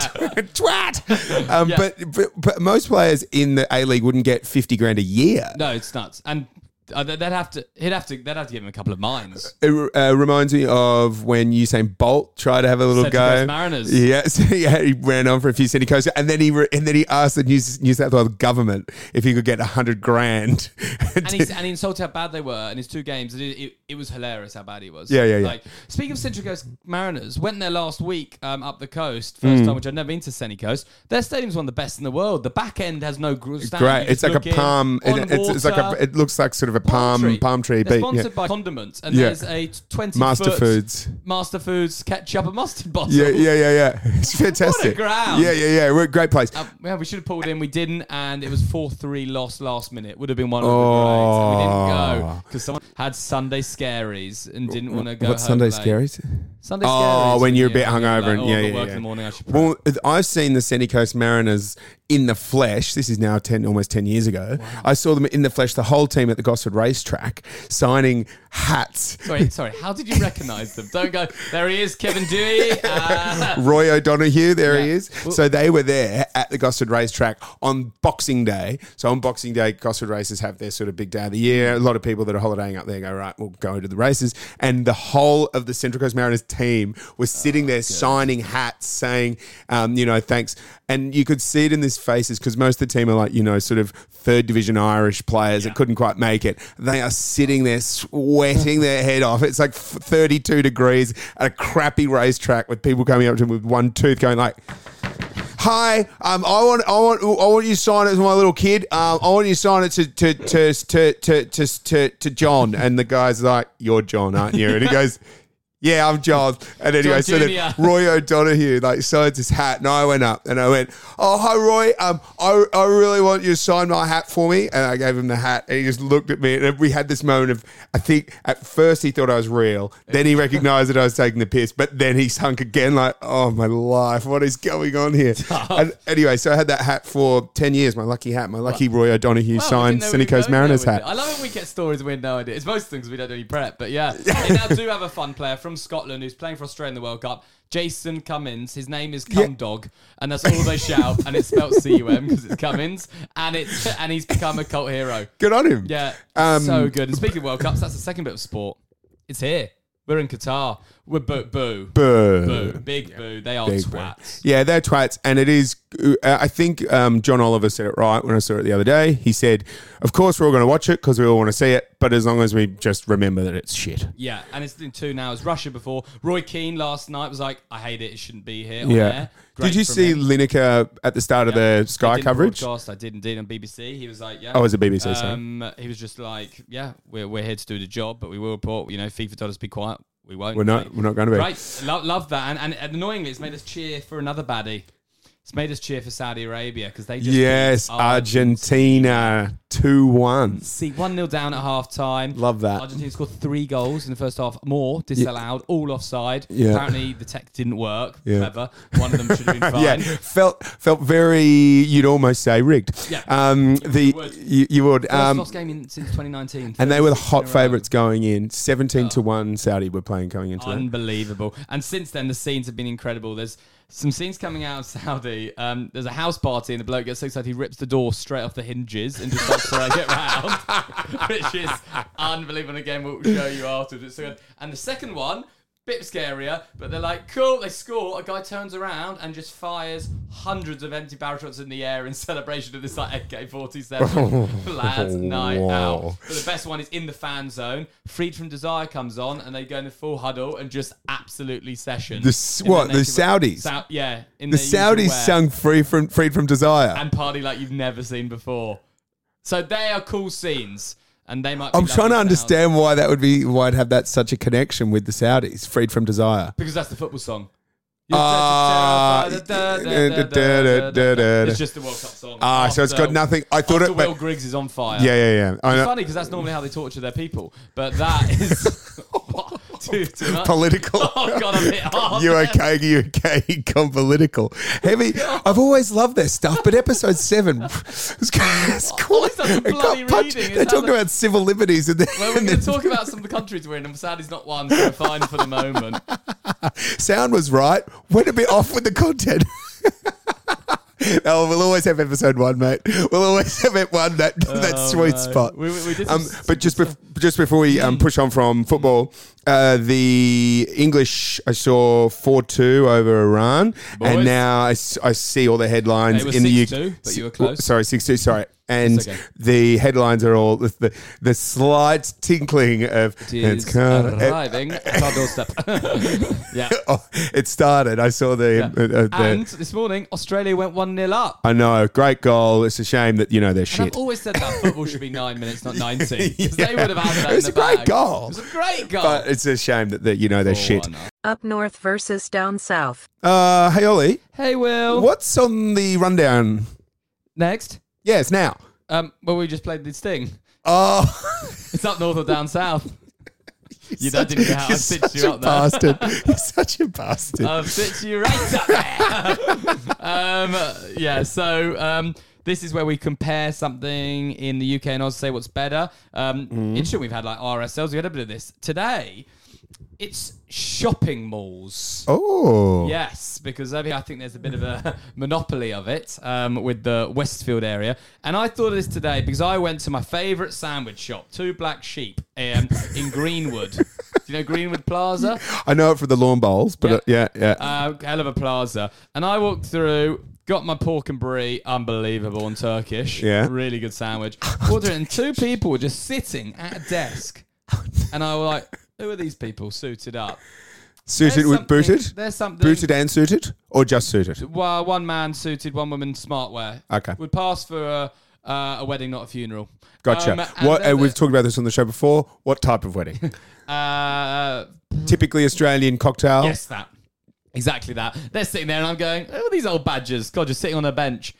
Speaker 3: twat. Um,
Speaker 2: Yeah.
Speaker 3: but, but but most players in the A League wouldn't get fifty grand a year.
Speaker 2: No, it's nuts. And uh, they'd have to, he'd have to, they'd have to give him a couple of mines.
Speaker 3: It uh, reminds me of when Usain Bolt tried to have a little
Speaker 2: Central
Speaker 3: go.
Speaker 2: Coast Mariners.
Speaker 3: Yeah, so he, had- he ran on for a few city coasts, and then he re- and then he asked the New, New South Wales government if he could get a hundred grand.
Speaker 2: And he, and he insulted how bad they were in his two games. And it, it, it was hilarious how bad he was.
Speaker 3: Yeah, yeah, yeah.
Speaker 2: Like, speaking of Central Coast Mariners, went there last week um, up the coast, first
Speaker 3: Mm.
Speaker 2: time, which I'd never been to Sunny Coast. Their stadium's one of the best in the world. The back end has no gr- stand. You
Speaker 3: Great. It's
Speaker 2: just
Speaker 3: like a
Speaker 2: look in,
Speaker 3: palm.
Speaker 2: on
Speaker 3: It, it's, it's like
Speaker 2: water.
Speaker 3: a. It looks like sort of a palm palm tree,
Speaker 2: They're
Speaker 3: beat. yeah.
Speaker 2: sponsored by condiments, and
Speaker 3: Yeah.
Speaker 2: there's a twenty
Speaker 3: Master
Speaker 2: foot
Speaker 3: Foods.
Speaker 2: Master Foods ketchup and mustard bottle.
Speaker 3: Yeah, yeah, yeah, yeah. It's fantastic.
Speaker 2: ground.
Speaker 3: Yeah, yeah, yeah. We're a great place.
Speaker 2: Um, yeah, we should have pulled in. We didn't, and it was four three loss last minute. Would have been one of
Speaker 3: Oh.
Speaker 2: the grades. and We didn't go because someone had Sunday scaries and didn't want to go.
Speaker 3: What's
Speaker 2: home
Speaker 3: Sunday
Speaker 2: late.
Speaker 3: scaries?
Speaker 2: Sunday scaries.
Speaker 3: Oh, when you're a bit
Speaker 2: yeah, you're
Speaker 3: hungover
Speaker 2: like,
Speaker 3: and
Speaker 2: oh,
Speaker 3: yeah,
Speaker 2: I've got
Speaker 3: yeah,
Speaker 2: work
Speaker 3: yeah.
Speaker 2: in the morning. I should. prep.
Speaker 3: Well, I've seen the Sandy Coast Mariners in the flesh. This is now ten, almost ten years ago. I saw them in the flesh, the whole team at the Gosford Racetrack, signing hats.
Speaker 2: Sorry, sorry. How did you recognise them? Don't go. There he is, Kevin Dewey. Uh,
Speaker 3: Roy O'Donoghue, there he
Speaker 2: Yeah.
Speaker 3: is. So they were there at the Gosford Racetrack on Boxing Day. So on Boxing Day, Gosford races have their sort of big day of the year. A lot of people that are holidaying up there go, right, we'll go to the races. And the whole of the Central Coast Mariners team was sitting there signing hats, saying, um, you know, thanks. And you could see it in this faces because most of the team are like, you know, sort of third division Irish players that couldn't quite make it. They are sitting there sweating their head off. It's like f- 32 degrees at a crappy racetrack with people coming up to them with one tooth going like, Hi, um, I want, I want, I want you to sign it to my little kid. Um, I want you to sign it to to to to to to, to, to John. And the guy's like, "You're John, aren't you?" And he goes, "Yeah, I'm John." And anyway, so then
Speaker 2: Junior.
Speaker 3: Roy O'Donoghue like signs his hat, and I went up and I went, "Oh, hi, Roy. Um, I, I really want you to sign my hat for me." And I gave him the hat, and he just looked at me, and we had this moment of, I think at first he thought I was real, then he recognised that I was taking the piss, but then he sunk again, like, "Oh my life, what is going on here?" and anyway, so I had that hat for ten years, my lucky hat, my lucky Roy O'Donoghue
Speaker 2: Wow, Oh, we
Speaker 3: signed
Speaker 2: didn't know we were
Speaker 3: Seneca's
Speaker 2: going there
Speaker 3: Mariners
Speaker 2: with
Speaker 3: hat.
Speaker 2: it. I love when we get stories and we had no idea. It's most things we don't do any prep, but yeah. they now do have a fun player from from Scotland who's playing for Australia in the World Cup, Jason Cummins. His name is Cum Dog, and that's all they shout, and it's spelled C U M because it's Cummins, and it's and he's become a cult hero.
Speaker 3: Good on him.
Speaker 2: Yeah,
Speaker 3: Um,
Speaker 2: so good. And speaking of World Cups, that's the second bit of sport. It's here. We're in Qatar. We're boo, boo,
Speaker 3: Boo.
Speaker 2: boo. big boo. They are
Speaker 3: Big bro.
Speaker 2: twats.
Speaker 3: Yeah, they're twats, and it is. uh, I think um, John Oliver said it right when I saw it the other day. He said, "Of course, we're all going to watch it because we all want to see it, but as long as we just remember that it's shit."
Speaker 2: Yeah, and it's in two now. It's Russia before. Roy Keane last night was like, "I hate it. It shouldn't be here." on
Speaker 3: Yeah.
Speaker 2: air." Great
Speaker 3: Did you
Speaker 2: from
Speaker 3: see
Speaker 2: him.
Speaker 3: Lineker at the start of the
Speaker 2: He
Speaker 3: Sky
Speaker 2: didn't
Speaker 3: coverage?
Speaker 2: broadcast, I did indeed on BBC. He was like, "Yeah."
Speaker 3: Oh, it was a BBC, sorry.
Speaker 2: Um, he was just like, "Yeah, we're, we're here to do the job, but we will report. You know, FIFA told us to be quiet. We won't.
Speaker 3: We're not.
Speaker 2: Like,
Speaker 3: We're not going to be.
Speaker 2: Right, Lo- love that, and, and and annoyingly, it's made us cheer for another baddie. It's made us cheer for Saudi Arabia because they just
Speaker 3: Yes,
Speaker 2: beat Ar-
Speaker 3: Argentina two one.
Speaker 2: See, 1 0 down at half time.
Speaker 3: Love that.
Speaker 2: Argentina scored three goals in the first half, more disallowed, all offside.
Speaker 3: Yeah.
Speaker 2: Apparently, the tech didn't work.
Speaker 3: Yeah.
Speaker 2: Clever. One of them should have been
Speaker 3: Yeah,
Speaker 2: fine.
Speaker 3: felt felt very. You'd almost say rigged.
Speaker 2: Yeah.
Speaker 3: Um, the you
Speaker 2: would.
Speaker 3: you, would.
Speaker 2: First
Speaker 3: Um,
Speaker 2: lost game in, since 2019.
Speaker 3: and they were the
Speaker 2: 36
Speaker 3: hot
Speaker 2: in a row.
Speaker 3: favourites going in.
Speaker 2: Oh.
Speaker 3: Seventeen to one, Saudi were playing going into that.
Speaker 2: Unbelievable. And since then, the scenes have been incredible. There's some scenes coming out of Saudi. Um, there's a house party, and the bloke gets so excited he rips the door straight off the hinges and just starts throwing it round, which is unbelievable. Again, we'll show you afterwards. It's so good. And the second one, bit scarier, but they're like, cool, they score. A guy turns around and just fires hundreds of empty barrel shots in the air in celebration of this like AK 47 lads night out.
Speaker 3: Wow.
Speaker 2: But the best one is in the fan zone. Freed from Desire comes on, and they go in the full huddle and just absolutely session.
Speaker 3: The s-
Speaker 2: In their
Speaker 3: what, the
Speaker 2: native-
Speaker 3: Saudis?
Speaker 2: Sau- yeah, in
Speaker 3: The
Speaker 2: their usual
Speaker 3: Saudis
Speaker 2: wear.
Speaker 3: sung "Free from Freed from Desire."
Speaker 2: and party like you've never seen before. So they are cool scenes, and they might. Be
Speaker 3: I'm trying to
Speaker 2: lovely sounds.
Speaker 3: understand why that would be why it have that such a connection with the Saudis. Freed from Desire.
Speaker 2: because that's the football song.
Speaker 3: Ah,
Speaker 2: it's just the World Cup song.
Speaker 3: Ah, so it's got
Speaker 2: After-
Speaker 3: nothing- I thought
Speaker 2: Oh, after
Speaker 3: it- but-
Speaker 2: Will Griggs is on fire.
Speaker 3: Yeah, yeah, yeah. I
Speaker 2: It's
Speaker 3: know.
Speaker 2: funny because that's normally how they torture their people, but that is what? Too, too much.
Speaker 3: Political.
Speaker 2: Oh god, I'm hit hard.
Speaker 3: You okay? You okay? Gone political. Heavy. I've always loved their stuff, but episode seven was it's cool.
Speaker 2: Oh, it's such a
Speaker 3: It got
Speaker 2: bloody
Speaker 3: punched.
Speaker 2: reading. It
Speaker 3: They talk
Speaker 2: sounds like-
Speaker 3: about civil liberties, and then,
Speaker 2: Well, we're
Speaker 3: and
Speaker 2: going
Speaker 3: then
Speaker 2: to talk about some of the countries we're in, and Saudi's not one, so we're fine for the moment.
Speaker 3: sound was right. Went a bit off with the content. Oh, we'll always have episode one, mate. We'll always have it one that that
Speaker 2: Oh,
Speaker 3: sweet
Speaker 2: no.
Speaker 3: spot.
Speaker 2: We- we- we did
Speaker 3: um,
Speaker 2: some
Speaker 3: but just bef- just before we um, push on from football, uh, the English I saw four two over Iran,
Speaker 2: Boys.
Speaker 3: and now I, s- I see all the headlines
Speaker 2: They were
Speaker 3: in the
Speaker 2: 6-2,
Speaker 3: UK.
Speaker 2: but you were close.
Speaker 3: Sorry, six two. Sorry, and
Speaker 2: It's okay.
Speaker 3: the headlines are all the the, the slight tinkling of it's
Speaker 2: Is
Speaker 3: come. It,
Speaker 2: uh, arriving at our doorstep. yeah.
Speaker 3: oh, it started. I saw the, uh, uh, the
Speaker 2: And this morning, Australia went 1 0 up.
Speaker 3: I know, great goal. It's a shame that you know they're
Speaker 2: And
Speaker 3: shit.
Speaker 2: I've always said that football should be nine minutes, not 90. Because they
Speaker 3: Yeah.
Speaker 2: would have had that
Speaker 3: It was
Speaker 2: in
Speaker 3: a
Speaker 2: the
Speaker 3: great
Speaker 2: bag.
Speaker 3: goal.
Speaker 2: It was a great goal.
Speaker 3: But it's a shame that, that you know they're
Speaker 2: Four
Speaker 3: shit.
Speaker 2: one up.
Speaker 4: Up north versus down south.
Speaker 3: Uh, hey Ollie,
Speaker 2: Hey, Will.
Speaker 3: what's on the rundown?
Speaker 2: Next.
Speaker 3: Yes, now.
Speaker 2: Um, well, we just played this thing.
Speaker 3: Oh,
Speaker 2: It's up north or down south. You
Speaker 3: such-
Speaker 2: don't didn't know how I
Speaker 3: you're
Speaker 2: stitched
Speaker 3: such
Speaker 2: you
Speaker 3: a
Speaker 2: up there. Um,
Speaker 3: bastard. You're such a bastard.
Speaker 2: I've stitched Uh, you right up there. um, yeah, so um, this is where we compare something in the UK and I'll say what's better. Um, Interesting, we've had like RSLs. We had a bit of this today. It's shopping malls.
Speaker 3: oh,
Speaker 2: Yes, because over here I think there's a bit of a monopoly of it um, with the Westfield area. And I thought of this today because I went to my favourite sandwich shop, Two Black Sheep, um, in Greenwood. Do you know Greenwood Plaza?
Speaker 3: I know it for the lawn bowls, but uh, yeah, yeah.
Speaker 2: Uh, hell of a plaza. And I walked through, got my pork and brie, unbelievable, and Turkish.
Speaker 3: Yeah.
Speaker 2: Really good sandwich. Ordered it, and two people were just sitting at a desk. And I was like, who are these people suited up?
Speaker 3: suited
Speaker 2: There's
Speaker 3: with
Speaker 2: something-
Speaker 3: booted,
Speaker 2: There's something. Um,
Speaker 3: booted and suited, or just suited.
Speaker 2: well, one man suited, one woman smartwear.
Speaker 3: Okay.
Speaker 2: Would pass for a, uh, a wedding, not a funeral.
Speaker 3: Gotcha.
Speaker 2: Um, and
Speaker 3: what
Speaker 2: then
Speaker 3: uh, we've
Speaker 2: the-
Speaker 3: talked about this on the show before. What type of wedding?
Speaker 2: uh,
Speaker 3: Typically Australian cocktail.
Speaker 2: yes, that. Exactly that. They're sitting there and I'm going, oh, these old badgers. God, just sitting on a bench.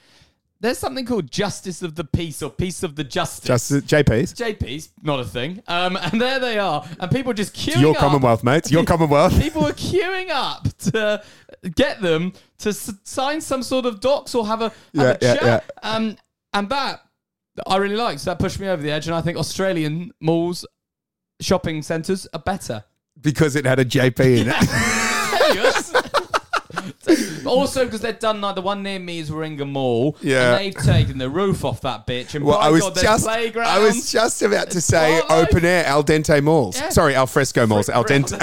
Speaker 2: There's something called justice of the peace or peace of the justice.
Speaker 3: Just uh, JP's.
Speaker 2: JP's not a thing. Um, and there they are. And people just queuing
Speaker 3: Your
Speaker 2: up.
Speaker 3: Commonwealth, mate. Your Commonwealth.
Speaker 2: people were queuing up to get them to s- sign some sort of docs or have a, have a
Speaker 3: Yeah, yeah,
Speaker 2: chat. Um, and that I really liked. So that pushed me over the edge. And I think Australian malls, shopping centres are better.
Speaker 3: because it had a JP in
Speaker 2: Oh
Speaker 3: it.
Speaker 2: But also because they've done like the one near me is Warringah Mall.
Speaker 3: Yeah.
Speaker 2: And they've taken the roof off that bitch. And
Speaker 3: Well,
Speaker 2: by
Speaker 3: I was
Speaker 2: God, there's
Speaker 3: just
Speaker 2: playgrounds.
Speaker 3: I was just about to say
Speaker 2: part of
Speaker 3: open air al dente malls.
Speaker 2: Yeah.
Speaker 3: Sorry, al fresco malls. Al dente.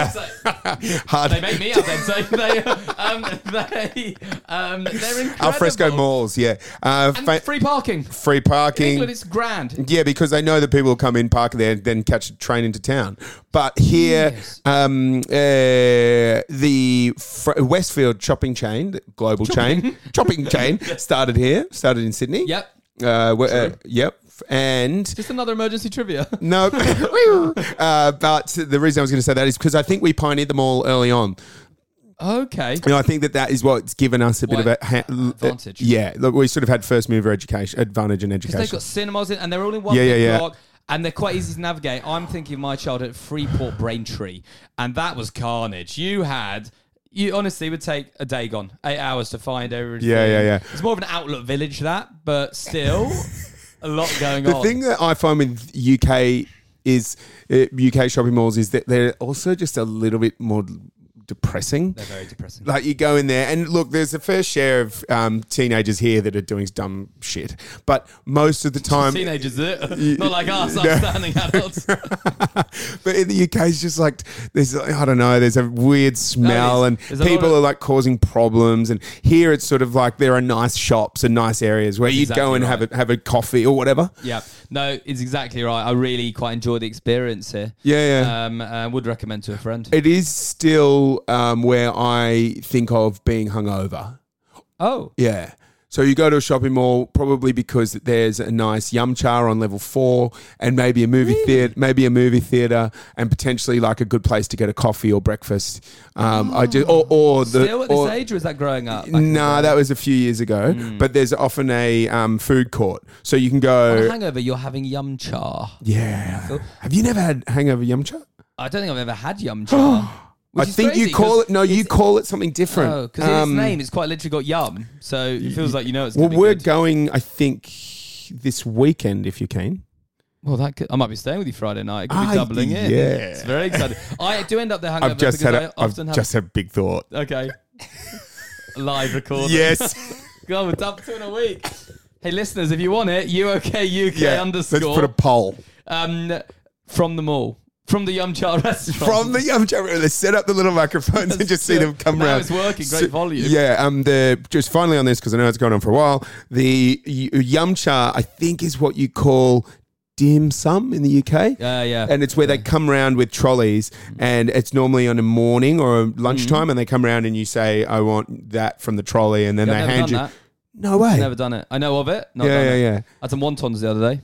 Speaker 3: Hard.
Speaker 2: They make me out then. So they, um, they, um, they're incredible.
Speaker 3: Al fresco malls. Yeah. Uh,
Speaker 2: And
Speaker 3: fa- free,
Speaker 2: free parking.
Speaker 3: parking.
Speaker 2: England, it's grand.
Speaker 3: Yeah, because they know that people will come in, park there, and then catch a train into town. But here,
Speaker 2: Yes.
Speaker 3: um, uh, the fr- Westfield shopping chain, the global chain, shopping chain, started here, started in Sydney.
Speaker 2: Yep.
Speaker 3: Uh, we- uh, yep. And
Speaker 2: Just another emergency trivia.
Speaker 3: No, uh, but the reason I was going to say that is because I think we pioneered them all early on,
Speaker 2: Okay.
Speaker 3: and I think that that is what's given us a bit of
Speaker 2: What?
Speaker 3: a ha- l-
Speaker 2: Uh,
Speaker 3: uh,
Speaker 2: Advantage.
Speaker 3: Yeah, look, we sort of had first mover education, advantage in
Speaker 2: Because they've
Speaker 3: education.
Speaker 2: got cinemas in, and they're all in one
Speaker 3: Yeah,
Speaker 2: big
Speaker 3: yeah, yeah.
Speaker 2: block. And they're quite easy to navigate. I'm thinking of my childhood at Freeport Braintree, and that was carnage. You had, you honestly would take a day gone, eight hours to find everything.
Speaker 3: Yeah, yeah, yeah.
Speaker 2: It's more of an outlet village that, but still a lot going
Speaker 3: The
Speaker 2: on.
Speaker 3: thing that I find with UK is uh, UK shopping malls is that they're also just a little bit more depressing.
Speaker 2: they're very depressing.
Speaker 3: Like you go in there, and look, there's a fair share of um, teenagers here that are doing dumb shit, but most of the time,
Speaker 2: Teenagers, is it? not like us, upstanding adults.
Speaker 3: but in the UK, it's just like there's I don't know. There's a weird smell,
Speaker 2: there's-
Speaker 3: and
Speaker 2: there's a lot
Speaker 3: people
Speaker 2: of-
Speaker 3: are like causing problems. And here, it's sort of like there are nice shops and nice areas where you'd go
Speaker 2: exactly
Speaker 3: and have a have a coffee or whatever.
Speaker 2: Yeah, no, it's exactly right. I really quite enjoy the experience here.
Speaker 3: Yeah, yeah.
Speaker 2: Um, uh, would recommend to a friend.
Speaker 3: It is still um, where I think of being hungover.
Speaker 2: oh,
Speaker 3: Yeah. So you go to a shopping mall probably because there's a nice yum cha on level four, and maybe a movie theater, maybe a movie theater, and potentially like a good place to get a coffee or breakfast. Um, I just or, or the
Speaker 2: Oh. still at this
Speaker 3: uh, or-
Speaker 2: age, or is that growing up?
Speaker 3: No, that was a few years ago.
Speaker 2: Hmm.
Speaker 3: But there's often a um, food court, so you can
Speaker 2: On a
Speaker 3: go.
Speaker 2: hangover, you're having yum cha.
Speaker 3: Yeah. Have you never had hangover yum cha?
Speaker 2: I don't think I've ever had yum cha.
Speaker 3: I think you call it. No, you call it something different.
Speaker 2: because in
Speaker 3: Um,
Speaker 2: oh, its name, it's quite literally got yum, so it feels like you know it's.
Speaker 3: Well,
Speaker 2: Well,
Speaker 3: we're
Speaker 2: good.
Speaker 3: going. I think this weekend if you can.
Speaker 2: well, that could, I might be staying with you Friday night. It could
Speaker 3: Ah,
Speaker 2: be doubling in.
Speaker 3: yeah.
Speaker 2: it's very exciting. I do end up there hungover
Speaker 3: I've just had.
Speaker 2: because
Speaker 3: A,
Speaker 2: I
Speaker 3: I've
Speaker 2: often have.
Speaker 3: just had a big thought.
Speaker 2: okay, live recording.
Speaker 3: Yes.
Speaker 2: God, we're up two in a week. Hey, listeners, if you want it, UOK UK underscore
Speaker 3: Let's put a poll
Speaker 2: um, from the mall, from the Yum Cha restaurant.
Speaker 3: from the Yum Cha. Let's set up the little microphones and just see them come
Speaker 2: Now
Speaker 3: round.
Speaker 2: it's working, great
Speaker 3: So-
Speaker 2: volume.
Speaker 3: Yeah. Um. The just finally on this because I know it's going on for a while. The y- Yum Cha, I think, is what you call dim sum in the UK.
Speaker 2: Yeah, Uh, yeah.
Speaker 3: And it's where they come round with trolleys, and it's normally on a morning or a lunchtime, and they come round and you say, "I want that from the trolley," and then
Speaker 2: Yeah, I've
Speaker 3: they
Speaker 2: never
Speaker 3: hand
Speaker 2: done
Speaker 3: you.
Speaker 2: that.
Speaker 3: No way.
Speaker 2: Never done it. I know of it. Not
Speaker 3: Yeah,
Speaker 2: done
Speaker 3: yeah,
Speaker 2: it.
Speaker 3: yeah.
Speaker 2: I had some wontons the other day.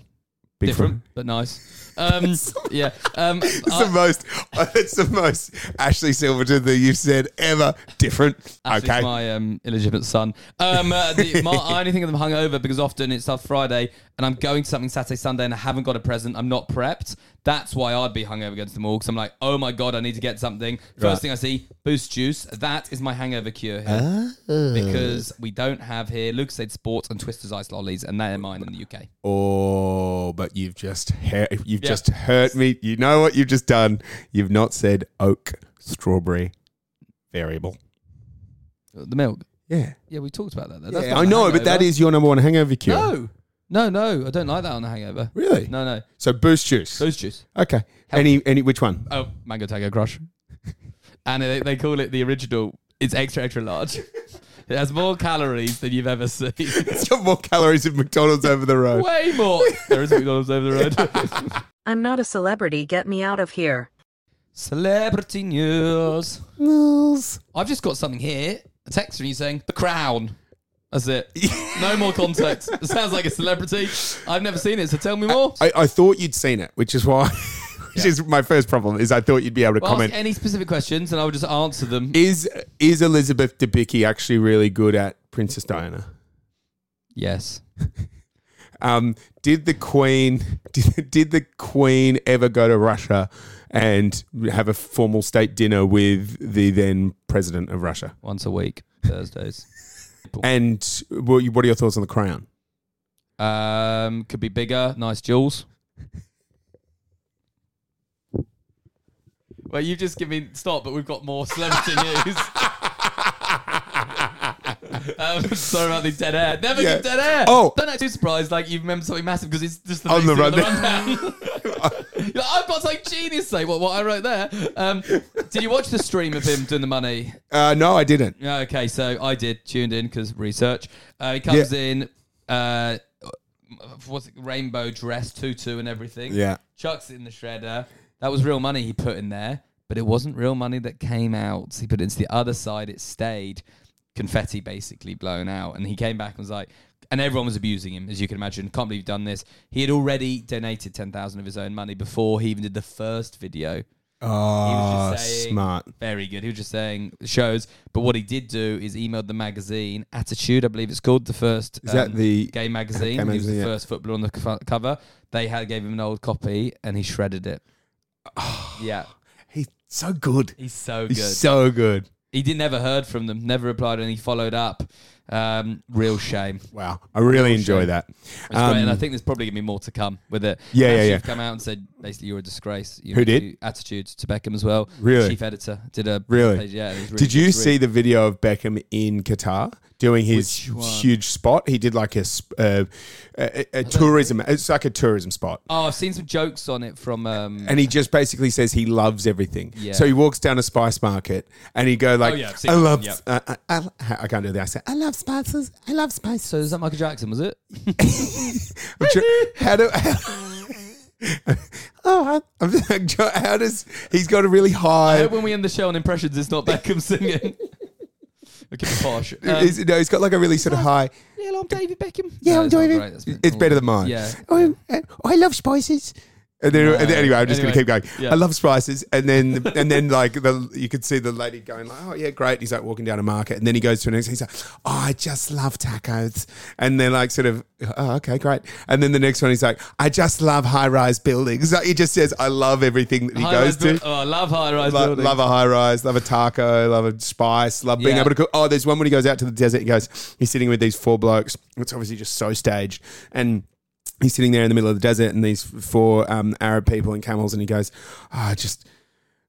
Speaker 3: Big
Speaker 2: Different, but nice. Um, yeah. Um,
Speaker 3: It's the
Speaker 2: I,
Speaker 3: most. It's the most Ashley Silverton that you've said ever. Different.
Speaker 2: Ashley's
Speaker 3: okay.
Speaker 2: my um, illegitimate son. Um, uh, the, my, I only think of them hungover because often it's a Friday and I'm going to something Saturday, Sunday, and I haven't got a present. I'm not prepped. That's why I'd be hungover against them all because I'm like, oh my god, I need to get something. First
Speaker 3: Right.
Speaker 2: thing I see, boost juice. That is my hangover cure here
Speaker 3: Oh.
Speaker 2: because we don't have here Lucasade Sports and Twister's Ice Lollies, and they're mine in the UK.
Speaker 3: Oh, but you've just hurt, you've just hurt me. You know what you've just done? You've not said oak, strawberry, variable.
Speaker 2: The milk.
Speaker 3: Yeah,
Speaker 2: Yeah, we talked about that. Though. That's
Speaker 3: yeah
Speaker 2: not
Speaker 3: I
Speaker 2: a
Speaker 3: know, but that
Speaker 2: hangover.
Speaker 3: is your number one hangover cure.
Speaker 2: No, no, no. I don't like that on the hangover.
Speaker 3: really.
Speaker 2: No, no.
Speaker 3: So boost juice.
Speaker 2: Those juice.
Speaker 3: Okay. Any, any, which one?
Speaker 2: Oh, mango tango crush. and they, they call it the original. It's extra extra large. It has more calories than you've ever seen.
Speaker 3: It's got more calories than McDonald's over the road.
Speaker 2: Way more. There is a McDonald's over the road.
Speaker 4: I'm not a celebrity, get me out of here.
Speaker 2: Celebrity news.
Speaker 3: Mills.
Speaker 2: I've just got something here. A text from you saying The Crown. That's it. No more context. It sounds like a celebrity. I've never seen it, so tell me more.
Speaker 3: I, I thought you'd seen it, which is why, which is my first problem is I thought you'd be able to
Speaker 2: Well,
Speaker 3: comment.
Speaker 2: ask any specific questions, and I will just answer them.
Speaker 3: Is is Elizabeth Debicki actually really good at Princess Diana?
Speaker 2: yes.
Speaker 3: Um, did the Queen did, did the Queen ever go to Russia and have a formal state dinner with the then President of Russia?
Speaker 2: Once a week, Thursdays.
Speaker 3: And what you- what are your thoughts on the crown?
Speaker 2: Um, could be bigger. Nice jewels. Well, you just give me stop, but we've got more celebrity news. um, sorry about the dead air. Never
Speaker 3: Yeah.
Speaker 2: give dead air.
Speaker 3: Oh.
Speaker 2: don't act too surprised. Like you've remembered something massive because it's just the
Speaker 3: On
Speaker 2: on
Speaker 3: the
Speaker 2: the, rundown.
Speaker 3: rundown.
Speaker 2: You're like, I've got something genius. Say what? What I wrote there. Um, did you watch the stream of him doing the money?
Speaker 3: Uh, no, I didn't.
Speaker 2: Yeah, Okay, so I did tuned in because research. Uh, he comes
Speaker 3: Yeah.
Speaker 2: in, uh, what's it, rainbow dress, tutu, and everything.
Speaker 3: Yeah.
Speaker 2: chucks it in the shredder. That was real money he put in there, but it wasn't real money that came out. He put it into the other side. It stayed confetti, basically blown out. And he came back and was like, and everyone was abusing him, as you can imagine. Can't believe you've done this. He had already donated ten thousand of his own money before he even did the first video.
Speaker 3: Oh,
Speaker 2: just saying-
Speaker 3: smart.
Speaker 2: Very good. He was just saying shows, but what he did do is emailed the magazine Attitude, I believe it's called, the first um,
Speaker 3: Is that the-
Speaker 2: gay magazine?
Speaker 3: Gay
Speaker 2: he was the
Speaker 3: magazine, yeah.
Speaker 2: first footballer on the co- cover. They had gave him an old copy, and he shredded it. yeah,
Speaker 3: He's so good.
Speaker 2: he's so good.
Speaker 3: He's so good.
Speaker 2: he did never heard from them, never replied, and he followed up. Um, real shame. It's
Speaker 3: Wow. I really enjoy
Speaker 2: shame.
Speaker 3: that. Um,
Speaker 2: great, and I think there's probably gonna be more to come with it.
Speaker 3: Yeah, yeah,
Speaker 2: Actually,
Speaker 3: yeah.
Speaker 2: you've Come out and said basically you're a disgrace. You
Speaker 3: Who did?
Speaker 2: you- Attitude to Beckham as well.
Speaker 3: Really?
Speaker 2: Chief editor did a
Speaker 3: Really?
Speaker 2: page, yeah. it was really
Speaker 3: Did you
Speaker 2: good to read.
Speaker 3: see the video of Beckham in Qatar doing his
Speaker 2: Which one?
Speaker 3: huge spot? He did like a, sp- uh, a, a- a tourism. It's like a tourism spot.
Speaker 2: Oh, I've seen some jokes on it from. Um,
Speaker 3: And he just basically says he loves everything.
Speaker 2: Yeah. Oh,
Speaker 3: So he walks down a spice market and he go like,
Speaker 2: yeah, I've seen
Speaker 3: "I
Speaker 2: that.
Speaker 3: love,
Speaker 2: Yep.
Speaker 3: uh, I, I, I can't do the accent. I love spices. I love spices."
Speaker 2: so is that Michael Jackson? Was it?
Speaker 3: I'm tr- how do? oh, I, I'm, how does he's got a really
Speaker 2: I
Speaker 3: high?
Speaker 2: hope when we end the show on impressions, it's not Beckham singing. Okay, posh. Um,
Speaker 3: is, no, he's got like a really sort of high.
Speaker 2: yeah, I'm David Beckham.
Speaker 3: Yeah,
Speaker 2: No,
Speaker 3: I'm
Speaker 2: it's not
Speaker 3: doing
Speaker 2: great.
Speaker 3: it.
Speaker 2: That's been-
Speaker 3: It's better than mine.
Speaker 2: Yeah.
Speaker 3: Oh, uh, I love spices. And then, and then- anyway, I'm just
Speaker 2: Anyway,
Speaker 3: going to keep going.
Speaker 2: yeah.
Speaker 3: I love spices, and then and then like the you could see the lady going like, oh yeah, great. He's like walking down a market, and then he goes to an next. He's like, oh, I just love tacos, and they're like sort of, oh okay, great. And then the next one, he's like, I just love high rise buildings. Like, he just says, I love everything that he
Speaker 2: High-rise
Speaker 3: goes to.
Speaker 2: buil- Oh, I love high rise
Speaker 3: Lo-
Speaker 2: buildings.
Speaker 3: love a high rise, love a taco, love a spice, love being
Speaker 2: Yeah.
Speaker 3: able to cook. Oh, there's one when he goes out to the desert. He goes, he's sitting with these four blokes. It's obviously just so staged, and he's sitting there in the middle of the desert, and these four um, Arab people and camels, and he goes, oh, I just,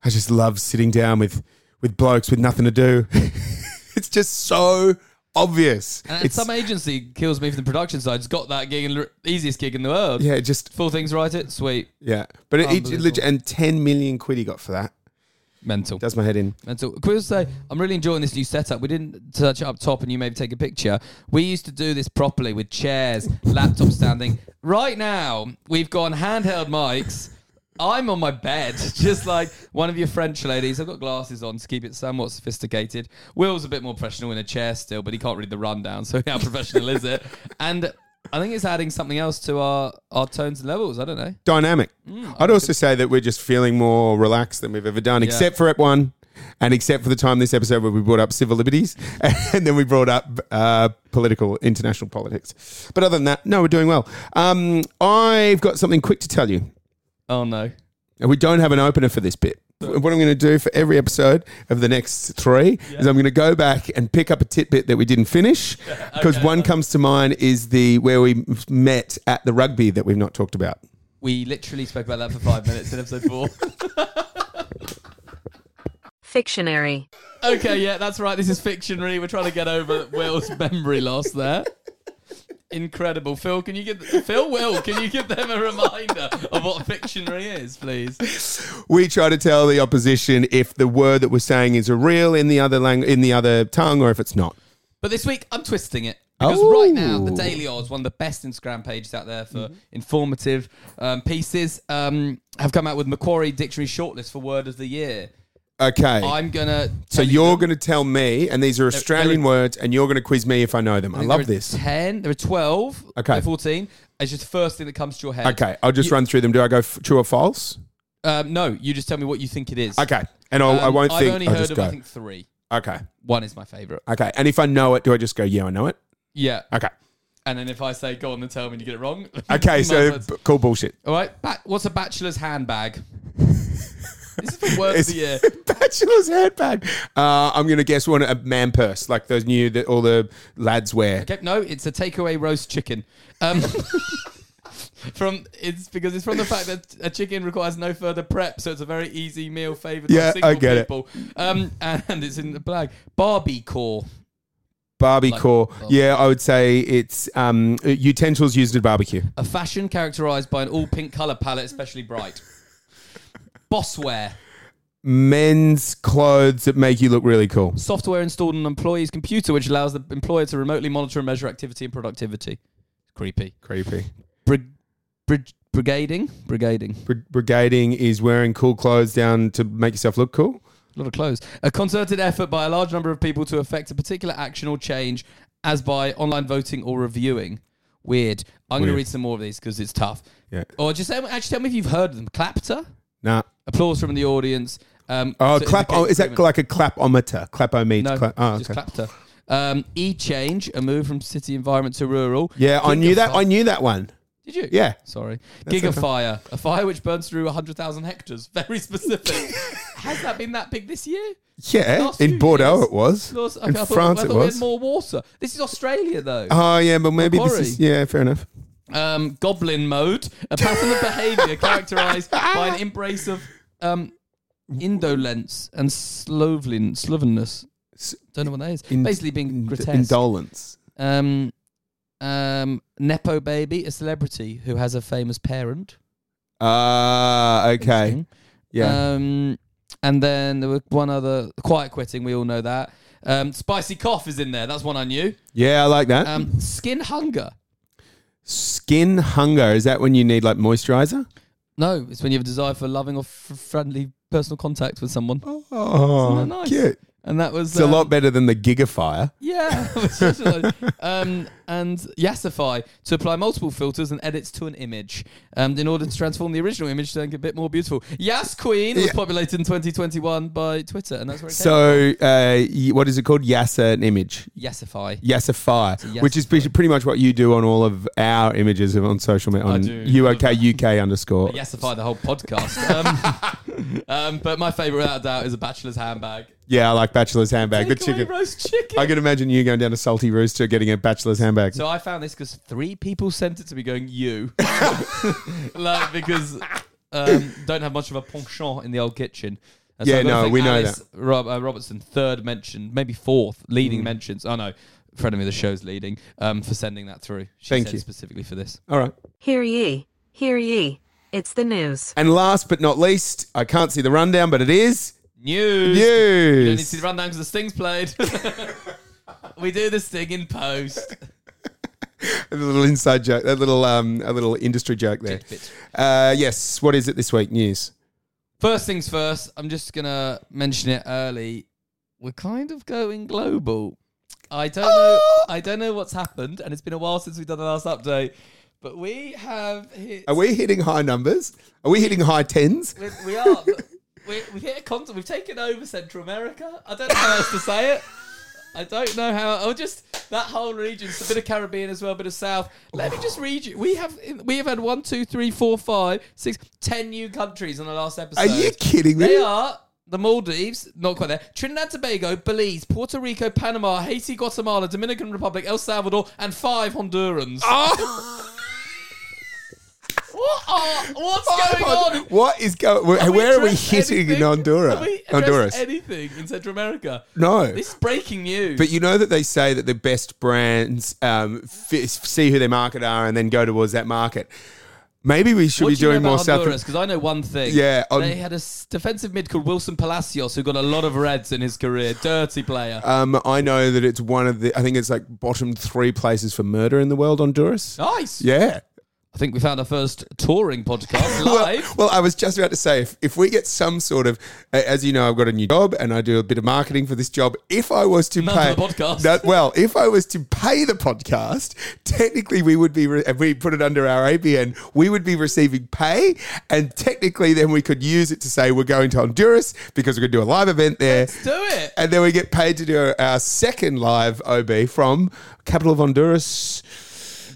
Speaker 3: I just love sitting down with with blokes with nothing to do. it's just so obvious.
Speaker 2: And
Speaker 3: It's
Speaker 2: some agency kills me from the production side. It's got that gig and l- easiest gig in the world.
Speaker 3: yeah, it just
Speaker 2: Full things right. It sweet.
Speaker 3: yeah, but it, it,
Speaker 2: Unbelievable.
Speaker 3: legit- and ten million quid he got for that.
Speaker 2: Mental.
Speaker 3: Does my head in.
Speaker 2: And so, quick say, I'm really enjoying this new setup. We didn't touch it up top, and you maybe take a picture. We used to do this properly with chairs, laptop standing. Right now, we've gone handheld mics. I'm on my bed, just like one of your French ladies. I've got glasses on to keep it somewhat sophisticated. Will's a bit more professional in a chair still, but he can't read the rundown. So how professional is it? And I think it's adding something else to our our tones and levels. I don't know.
Speaker 3: dynamic. I'd also say that we're just feeling more relaxed than we've ever done, except for Ep One, and except for the time this episode where we brought up civil liberties, and then we brought up uh, political international politics. But other than that, no, we're doing well. Um, I've got something quick to tell you.
Speaker 2: Oh no.
Speaker 3: And we don't have an opener for this bit. What I'm going to do for every episode of the next three is I'm going to go back and pick up a tidbit that we didn't finish because one comes to mind is the where we met at the rugby that we've not talked about.
Speaker 2: We literally spoke about that for five minutes in episode four.
Speaker 4: Fictionary.
Speaker 2: Okay, yeah, that's right. This is fictionary. We're trying to get over Will's memory loss there. Incredible. Phil, can you give Phil Will, can you give them a reminder of what fictionary is, please?
Speaker 3: we try to tell the opposition if the word that we're saying is a real in the other lang- in the other tongue or if it's not.
Speaker 2: But this week I'm twisting it. Because
Speaker 3: Oh. Mm-hmm.
Speaker 2: right now, the Daily Oz, one of the best Instagram pages out there for informative um, pieces, um, have come out with Macquarie Dictionary Shortlist for Word of the Year.
Speaker 3: Okay.
Speaker 2: I'm gonna.
Speaker 3: so
Speaker 2: tell you
Speaker 3: you're
Speaker 2: them-
Speaker 3: going to tell me, and these are Australian words, and you're going to quiz me if I know them. I, love
Speaker 2: there are
Speaker 3: this.
Speaker 2: Ten. There are twelve.
Speaker 3: Okay.
Speaker 2: there are Fourteen. It's just the first thing that comes to your head.
Speaker 3: okay, I'll just
Speaker 2: You-
Speaker 3: run through them. Do I go f- true or false?
Speaker 2: Um, no, you just tell me what you think it is.
Speaker 3: Okay, and I'll, Oh, I
Speaker 2: Um,
Speaker 3: won't
Speaker 2: I've
Speaker 3: think.
Speaker 2: only
Speaker 3: I'll
Speaker 2: heard
Speaker 3: just
Speaker 2: of
Speaker 3: go.
Speaker 2: I think three.
Speaker 3: okay,
Speaker 2: One is my favorite.
Speaker 3: okay, and if I know it, do I just go? Yeah, I know it.
Speaker 2: Yeah.
Speaker 3: Okay,
Speaker 2: And then if I say go on and tell me and you get it wrong.
Speaker 3: okay. so
Speaker 2: Marvellous.
Speaker 3: b- cool bullshit.
Speaker 2: all right. Ba- what's a bachelor's handbag? this is for word of
Speaker 3: It's
Speaker 2: the year.
Speaker 3: bachelor's handbag. Uh, I'm going to guess one a man purse, like those new that all the lads wear.
Speaker 2: Okay, no, it's a takeaway roast chicken. Um, From it's because it's from the fact that a chicken requires no further prep, so it's a very easy meal favoured
Speaker 3: Yeah, I
Speaker 2: by single
Speaker 3: get it.
Speaker 2: people. Um, and it's in the bag. Barbie core.
Speaker 3: Barbie
Speaker 2: Like-
Speaker 3: core.
Speaker 2: Barbie.
Speaker 3: Yeah, I would say it's um, utensils used at barbecue.
Speaker 2: A fashion characterized by an all pink color palette, especially bright. Bossware.
Speaker 3: Men's clothes that make you look really cool.
Speaker 2: Software installed on an employee's computer, which allows the employer to remotely monitor and measure activity and productivity. Creepy.
Speaker 3: Creepy.
Speaker 2: Brig- brig- brigading? Brigading.
Speaker 3: Bri- Brigading is wearing cool clothes down to make yourself look cool.
Speaker 2: A lot of clothes. A concerted effort by a large number of people to affect a particular action or change, as by online voting or reviewing. Weird. I'm going to
Speaker 3: Weird.
Speaker 2: read some more of these because it's tough.
Speaker 3: Yeah.
Speaker 2: Or just tell- actually tell me if you've heard of them. Clapter?
Speaker 3: Nah.
Speaker 2: Applause from the audience. Um,
Speaker 3: Oh,
Speaker 2: to
Speaker 3: clap.
Speaker 2: indicate
Speaker 3: Oh, is that
Speaker 2: agreement.
Speaker 3: like a clapometer? Clapometer.
Speaker 2: No,
Speaker 3: Cla- oh,
Speaker 2: just
Speaker 3: okay.
Speaker 2: Clapter. Um, e-change, a move from city environment to rural.
Speaker 3: Yeah, I knew that. I knew that one.
Speaker 2: Did you?
Speaker 3: Yeah.
Speaker 2: Sorry.
Speaker 3: That's okay.
Speaker 2: Gigafire, a fire which burns through 100,000 hectares. Very specific. Has that been that big this year?
Speaker 3: Yeah,
Speaker 2: Last few
Speaker 3: in Bordeaux
Speaker 2: years.
Speaker 3: it was.
Speaker 2: Lord, okay,
Speaker 3: in
Speaker 2: I thought-
Speaker 3: France
Speaker 2: I
Speaker 3: it
Speaker 2: thought we had
Speaker 3: was.
Speaker 2: more water. This is Australia though.
Speaker 3: Oh yeah, but maybe this is yeah, fair enough.
Speaker 2: Um, goblin mode, a pattern of behaviour characterised by an embrace of um, indolence and slovelin, slovenness. Don't know what that is.
Speaker 3: In-
Speaker 2: Basically, being
Speaker 3: ind-
Speaker 2: grotesque.
Speaker 3: Indolence.
Speaker 2: um, um, nepo baby, a celebrity who has a famous parent.
Speaker 3: Ah, okay.
Speaker 2: Interesting.
Speaker 3: Yeah.
Speaker 2: Um, and then there were one other quiet quitting. We all know that. Um, spicy cough is in there. That's one I knew.
Speaker 3: yeah, I like that.
Speaker 2: Um, skin hunger.
Speaker 3: Skin hunger. Is that when you need like moisturizer?
Speaker 2: No, it's when you have a desire for loving or f- friendly personal contact with someone.
Speaker 3: Oh,
Speaker 2: Isn't that nice?
Speaker 3: cute.
Speaker 2: And that was
Speaker 3: It's a
Speaker 2: um,
Speaker 3: lot better than the gigafire.
Speaker 2: Yeah. It was just like- um, and Yassify to apply multiple filters and edits to an image um, in order to transform the original image to make it a bit more beautiful. Yas Queen was
Speaker 3: Yeah.
Speaker 2: populated in 2021 by Twitter, and that's where it came. from.
Speaker 3: So, uh, y- what is it called? Yassa an image.
Speaker 2: Yassify.
Speaker 3: Yassify,
Speaker 2: a
Speaker 3: which is pretty, pretty much what you do on all of our images of- on social media. On
Speaker 2: do.
Speaker 3: UOK UK underscore.
Speaker 2: Yassify the whole podcast. Um, um, but my favorite, without a doubt, is a bachelor's handbag.
Speaker 3: Yeah, I like bachelor's handbag.
Speaker 2: Take
Speaker 3: the
Speaker 2: away
Speaker 3: chicken.
Speaker 2: roast chicken.
Speaker 3: I can imagine you going down to Salty Rooster getting a bachelor's handbag.
Speaker 2: So I found this because three people sent it to me going, you. like, because um, don't have much of a penchant in the old kitchen. And
Speaker 3: Yeah,
Speaker 2: I gotta
Speaker 3: no,
Speaker 2: thank
Speaker 3: we know
Speaker 2: Alice Rob, uh, Robertson, third mention, maybe fourth,
Speaker 3: Mm.
Speaker 2: leading mentions. Oh, no, friend of me, the show's leading, um, for sending that through. She
Speaker 3: Thank
Speaker 2: said
Speaker 3: you.
Speaker 2: specifically for this.
Speaker 3: All right.
Speaker 4: Hear ye, hear ye. It's the news.
Speaker 3: And last but not least, I can't see the rundown, but it is
Speaker 2: News. You don't need to see
Speaker 3: news.
Speaker 2: the rundown because the sting's played. we do the sting in post.
Speaker 3: A little inside joke, a little um, a little industry joke there.
Speaker 2: Tidbit.
Speaker 3: Uh, yes. What is it this week? News.
Speaker 2: First things first, I'm just going to mention it early. We're kind of going global. I don't know
Speaker 3: Ah!
Speaker 2: I don't know what's happened and it's been a while since we've done the last update, but we have hit
Speaker 3: Are we hitting high numbers? Are we hitting high tens?
Speaker 2: we, we are but we we hit a content. We've taken over Central America. I don't know how else to say it. I don't know how. Oh, just that whole region. It's a bit of Caribbean as well, a bit of South. Let me just read you. We have we have had one, two, three, four, five, six, ten new countries on the last episode.
Speaker 3: Are you kidding me?
Speaker 2: They are the Maldives, not quite there. Trinidad Tobago, Belize, Puerto Rico, Panama, Haiti, Guatemala, Dominican Republic, El Salvador, and five Hondurans.
Speaker 3: Ah. Oh,
Speaker 2: What are, what's going on?
Speaker 3: oh, What is going? Where,
Speaker 2: Have
Speaker 3: where are we
Speaker 2: addressed
Speaker 3: hitting in
Speaker 2: anything?
Speaker 3: Honduras?
Speaker 2: Have we addressed
Speaker 3: Honduras.
Speaker 2: Anything in Central America?
Speaker 3: no.
Speaker 2: This is breaking news.
Speaker 3: But you know that they say that the best brands um, f- see who their market are and then go towards that market. Maybe we should
Speaker 2: what
Speaker 3: be
Speaker 2: do you
Speaker 3: doing
Speaker 2: know
Speaker 3: more
Speaker 2: about
Speaker 3: South.
Speaker 2: Honduras? Because I know one thing.
Speaker 3: Yeah, um, on-
Speaker 2: they had a s- defensive mid called Wilson Palacios, who got a lot of reds in his career. Dirty player.
Speaker 3: Um, I know that it's one of the. I think it's like bottom three places for murder in the world. Honduras.
Speaker 2: nice.
Speaker 3: Yeah.
Speaker 2: I think we found our first touring podcast
Speaker 3: Well,
Speaker 2: live.
Speaker 3: well, I was just about to say if, if we get some sort of, a- as you know, I've got a new job and I do a bit of marketing for this job. If I was to
Speaker 2: None
Speaker 3: pay
Speaker 2: for the podcast.
Speaker 3: No, well, if I was to pay the podcast, technically we would be, re- if we put it under our ABN, we would be receiving pay, and technically then we could use it to say we're going to Honduras because we're going to do a live event there.
Speaker 2: Let's do it.
Speaker 3: And then we get paid to do our second live OB from capital of Honduras.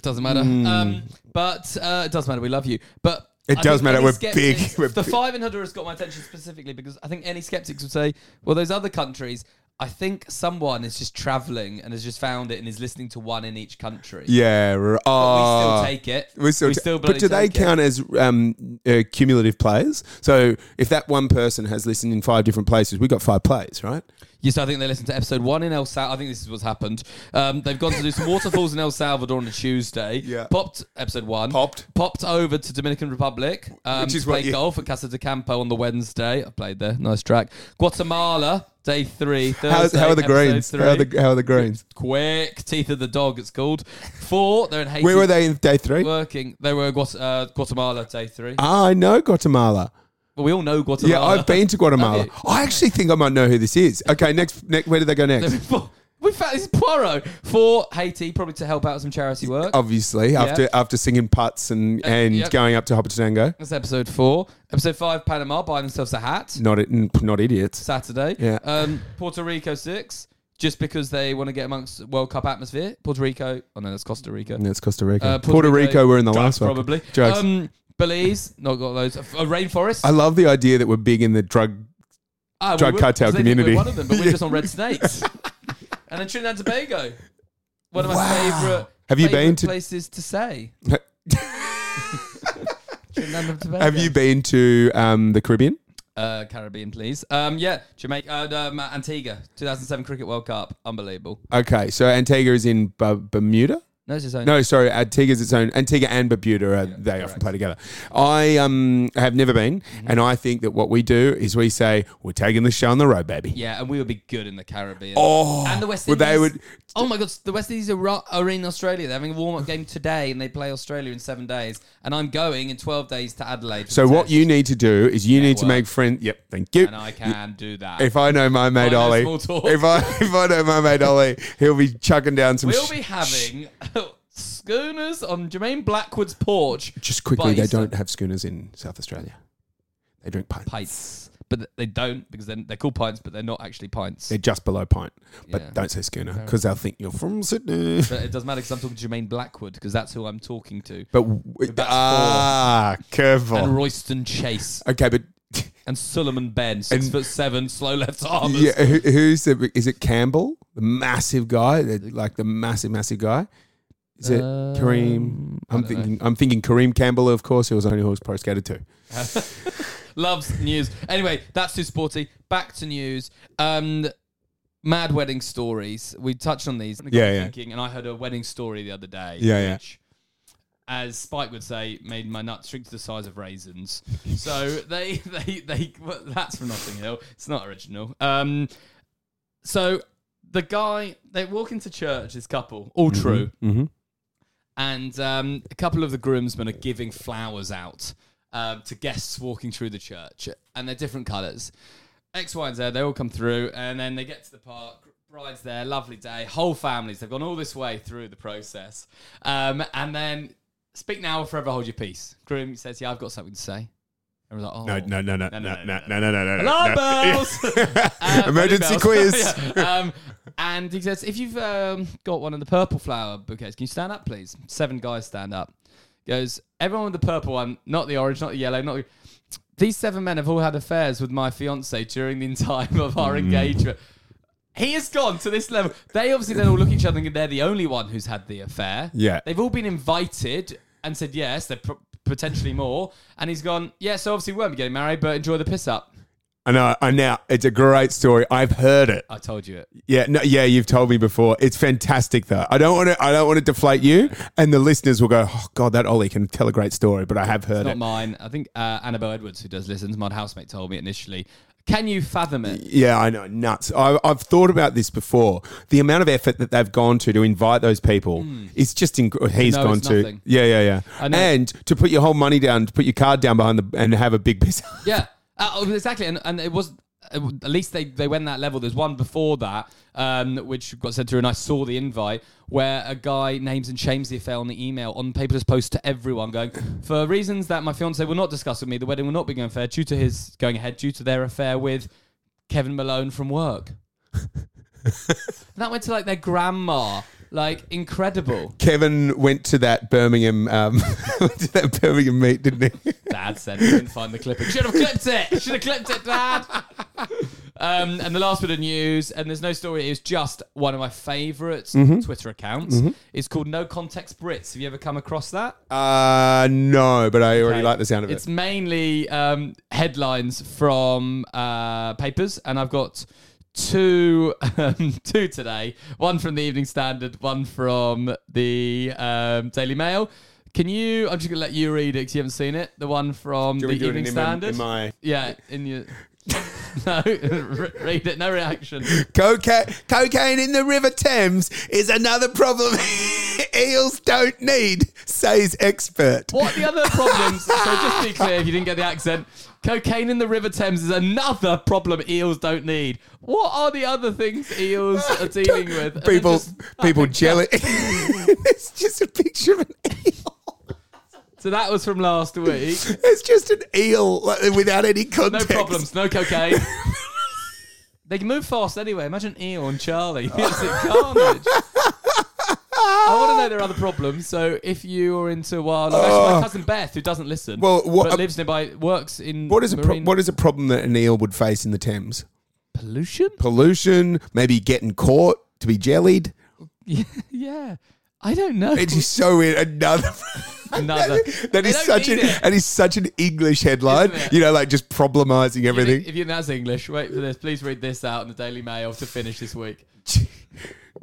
Speaker 2: Doesn't matter. Um, but uh, it does matter. We love you. But
Speaker 3: Hmm. It does
Speaker 2: think
Speaker 3: matter,
Speaker 2: any
Speaker 3: we're
Speaker 2: skeptics-
Speaker 3: big, we're
Speaker 2: the
Speaker 3: big.
Speaker 2: five in Honduras got my attention specifically because I think any skeptics would say, well, those other countries I think someone is just traveling and has just found it and is listening to one in each country.
Speaker 3: Yeah. r-
Speaker 2: But we
Speaker 3: Oh.
Speaker 2: still take it.
Speaker 3: We still, ta-
Speaker 2: bloody
Speaker 3: but do they
Speaker 2: take it.
Speaker 3: count as um, uh, cumulative plays? So if that one person has listened in five different places, we've got five plays, right?
Speaker 2: Yes, I think they listened to episode one in El Salvador. I think this is what's happened. Um, they've gone to do some waterfalls in El Salvador on a Tuesday.
Speaker 3: Yeah.
Speaker 2: Popped episode one.
Speaker 3: Popped.
Speaker 2: Popped over to Dominican Republic. Um,
Speaker 3: Which is
Speaker 2: to play
Speaker 3: what you-
Speaker 2: golf at Casa de Campo on the Wednesday. I played there. Nice track. Guatemala day three.
Speaker 3: How's,
Speaker 2: Thursday,
Speaker 3: how are the
Speaker 2: episode
Speaker 3: greens? How are
Speaker 2: three.
Speaker 3: the, how are the greens?
Speaker 2: Quick teeth of the dog. It's called four. They're in Haiti.
Speaker 3: Where were they in day three?
Speaker 2: Working. They were Guat- uh, Guatemala day three.
Speaker 3: Ah, I know Guatemala.
Speaker 2: But we all know Guatemala.
Speaker 3: Yeah, I've been to Guatemala.
Speaker 2: Have you?
Speaker 3: I actually think I might know who this is. Okay, next, next where do they go next?
Speaker 2: We found this is Poirot for Haiti, probably to help out some charity work.
Speaker 3: Obviously, after after singing putts and, and
Speaker 2: Uh, yep.
Speaker 3: going up to Hopatango.
Speaker 2: That's episode four. Episode five, Panama buying themselves a hat.
Speaker 3: Not it, not idiots.
Speaker 2: Saturday.
Speaker 3: Yeah.
Speaker 2: Um, Puerto Rico six, just because they want to get amongst World Cup atmosphere. Puerto Rico. Oh no, that's Costa Rica.
Speaker 3: That's Costa Rica.
Speaker 2: Uh,
Speaker 3: Puerto, Rico, we're in the last
Speaker 2: drugs,
Speaker 3: one.
Speaker 2: probably.
Speaker 3: Drugs.
Speaker 2: Um, Belize, not got those. A rainforest.
Speaker 3: I love the idea that we're big in the drug.
Speaker 2: Ah, we
Speaker 3: drug
Speaker 2: were-
Speaker 3: cartel
Speaker 2: 'cause they think
Speaker 3: community.
Speaker 2: We're one of them, but we're just on red snakes. and then Trinidad and Tobago. One of my
Speaker 3: Wow.
Speaker 2: favorite.
Speaker 3: Have you been to-
Speaker 2: places to say? Trinidad and Tobago.
Speaker 3: Have you been to um, the Caribbean?
Speaker 2: Uh, Caribbean, please. Um, yeah, Jamaica, uh, um, Antigua, 2007 Cricket World Cup, unbelievable.
Speaker 3: Okay, so Antigua is in B- Bermuda.
Speaker 2: No, it's his own.
Speaker 3: No, sorry, Antigua's its own. Antigua and Barbuda, are, they often play together. I um, have never been,
Speaker 2: Mm-hmm.
Speaker 3: and I think that what we do is we say we're taking this show on the road, baby.
Speaker 2: Yeah, and we would be good in the Caribbean.
Speaker 3: Oh,
Speaker 2: and the West
Speaker 3: well,
Speaker 2: Indies.
Speaker 3: they would-
Speaker 2: Oh my God, the West Indies are, ro- are in Australia. They're having a warm-up game today, and they play Australia in seven days. And I'm going in 12 days to Adelaide. for
Speaker 3: So
Speaker 2: the
Speaker 3: what
Speaker 2: test.
Speaker 3: you need to do is you need to
Speaker 2: well.
Speaker 3: make friends. Yep, thank you.
Speaker 2: and I can do that.
Speaker 3: If I know my mate
Speaker 2: know
Speaker 3: Ollie,
Speaker 2: small talk.
Speaker 3: if I if I know my mate Ollie, he'll be chucking down some.
Speaker 2: we'll
Speaker 3: sh-
Speaker 2: be having schooners on Jermaine Blackwood's porch.
Speaker 3: Just quickly,
Speaker 2: by
Speaker 3: they
Speaker 2: Easter.
Speaker 3: don't have schooners in South Australia. They drink pint.
Speaker 2: pints, but th- they don't because they're, they're called pints, but they're not actually pints.
Speaker 3: They're eh, just below pint, but
Speaker 2: Yeah.
Speaker 3: don't say schooner because they'll think you're from Sydney.
Speaker 2: but it doesn't matter because I'm talking to Jermaine Blackwood because that's who I'm talking to.
Speaker 3: But w-
Speaker 2: That's
Speaker 3: ah,
Speaker 2: and
Speaker 3: curveball.
Speaker 2: Royston Chase
Speaker 3: Okay, but
Speaker 2: and Solomon Ben, six
Speaker 3: And-
Speaker 2: foot seven, slow left armers.
Speaker 3: yeah, who, who's the? Is it Campbell, the massive guy, the, like the massive, massive guy? Is it
Speaker 2: Um,
Speaker 3: Kareem? I'm thinking. I'm thinking Kareem Campbell, of course, who was only who was pro skated to.
Speaker 2: Loves news. Anyway, that's too sporty. Back to news. Um, mad wedding stories. We touched on these.
Speaker 3: Yeah, yeah.
Speaker 2: Thinking, and I heard a wedding story the other day.
Speaker 3: Yeah, yeah.
Speaker 2: which, As Spike would say, made my nuts shrink to the size of raisins. So they, they, they. Well, that's from Notting Hill. It's not original. Um, so the guy they walk into church. This couple,
Speaker 3: Mm-hmm.
Speaker 2: all true and um, a couple of the groomsmen are giving flowers out um, to guests walking through the church, and they're different colours. X, Y, and Z. They all come through, and then they get to the park. Bride's there, lovely day. Whole families. They've gone all this way through the process, um, and then speak now or forever hold your peace. Groom says, "Yeah, I've got something to say." Everyone's like, "Oh,
Speaker 3: no, no, no, no, no.
Speaker 2: Alarm bells! Uh,
Speaker 3: Emergency
Speaker 2: bells.
Speaker 3: quiz.
Speaker 2: Yeah. Um, and he says, if you've um, got one of the purple flower bouquets, can you stand up, please? Seven guys stand up. Goes, everyone with the purple one, not the orange, not the yellow, not the... These seven men have all had affairs with my fiance during the time of our
Speaker 3: Hmm.
Speaker 2: engagement. He has gone to this level. They obviously then all look at each other and they're the only one who's had the affair.
Speaker 3: Yeah.
Speaker 2: They've all been invited and said yes, they're pro- potentially more. And he's gone, yeah, so obviously we won't be getting married, but enjoy the piss up.
Speaker 3: I know. I know. It's a great story. I've heard it.
Speaker 2: I told you it.
Speaker 3: Yeah, no, yeah. You've told me before. It's fantastic, though. I don't want to. I don't want to deflate you, and the listeners will go, "Oh God, that Ollie can tell a great story." But I have heard
Speaker 2: Not
Speaker 3: it.
Speaker 2: mine. I think uh, Annabelle Edwards, who does listens, my housemate told me initially. Can you fathom it?
Speaker 3: Yeah, I know. Nuts. I, I've thought about this before. The amount of effort that they've gone to to invite those people, it's just inc- he's
Speaker 2: Hmm. No,
Speaker 3: gone
Speaker 2: it's
Speaker 3: to.
Speaker 2: nothing.
Speaker 3: Yeah, yeah, yeah.
Speaker 2: I know.
Speaker 3: And to put your whole money down, to put your card down behind the and have a big piss.
Speaker 2: Yeah, uh, oh, exactly. And, and it was uh, at least they, they went that level. There's one before that, um, which got sent through, and I saw the invite where a guy names and shames the affair on the email on paperless post to everyone, going for reasons that my fiance will not discuss with me. The wedding will not be going fair due to his going ahead due to their affair with Kevin Malone from work. And that went to like their grandma. Like incredible.
Speaker 3: Kevin went to that Birmingham, um, went to that Birmingham meet, didn't he?
Speaker 2: Dad said he didn't find the clipping. Should have clipped it. Should have clipped it, Dad. Um, and the last bit of news, and there's no story, it's just one of my favorite Twitter accounts. It's called No Context Brits. Have you ever come across that?
Speaker 3: Uh, no, but I already
Speaker 2: Okay.
Speaker 3: like the sound of
Speaker 2: It's
Speaker 3: it.
Speaker 2: mainly um, headlines from uh, papers, and I've got two um, two today. One from the Evening Standard, one from the um, Daily Mail. Can you? I'm just gonna let you read it because you haven't seen it. The one from
Speaker 3: Do
Speaker 2: the
Speaker 3: you want me to do it
Speaker 2: Evening
Speaker 3: in my-
Speaker 2: Standard.
Speaker 3: in my-
Speaker 2: yeah, in your. no, re- read it. No reaction.
Speaker 3: Coca- cocaine in the River Thames is another problem eels don't need, says expert.
Speaker 2: What are the other problems? so just to be clear, if you didn't get the accent, cocaine in the River Thames is another problem eels don't need. What are the other things eels are dealing with? And
Speaker 3: People,
Speaker 2: they're just-
Speaker 3: people jelly. it's just a picture of an eel.
Speaker 2: So that was from last week.
Speaker 3: It's just an eel like, without any
Speaker 2: No
Speaker 3: context.
Speaker 2: problems, no cocaine. They can move fast anyway. Imagine eel and Charlie. It's a carnage. I want to know their other problems. So if you are into wildlife, actually, my cousin Beth, who doesn't listen,
Speaker 3: Well, what-
Speaker 2: but lives nearby, works in
Speaker 3: What is a pro-
Speaker 2: marine
Speaker 3: what is a problem that an eel would face in the Thames?
Speaker 2: pollution.
Speaker 3: Pollution, maybe getting caught to be jellied.
Speaker 2: Yeah, yeah. I don't know.
Speaker 3: It's just so weird. Another.
Speaker 2: Another.
Speaker 3: That
Speaker 2: They
Speaker 3: is
Speaker 2: don't
Speaker 3: such an
Speaker 2: need it.
Speaker 3: that is such an English headline,
Speaker 2: Isn't it?
Speaker 3: you know, like just problemizing everything.
Speaker 2: If you're that's English, wait for this. Please read this out in the Daily Mail to finish this week.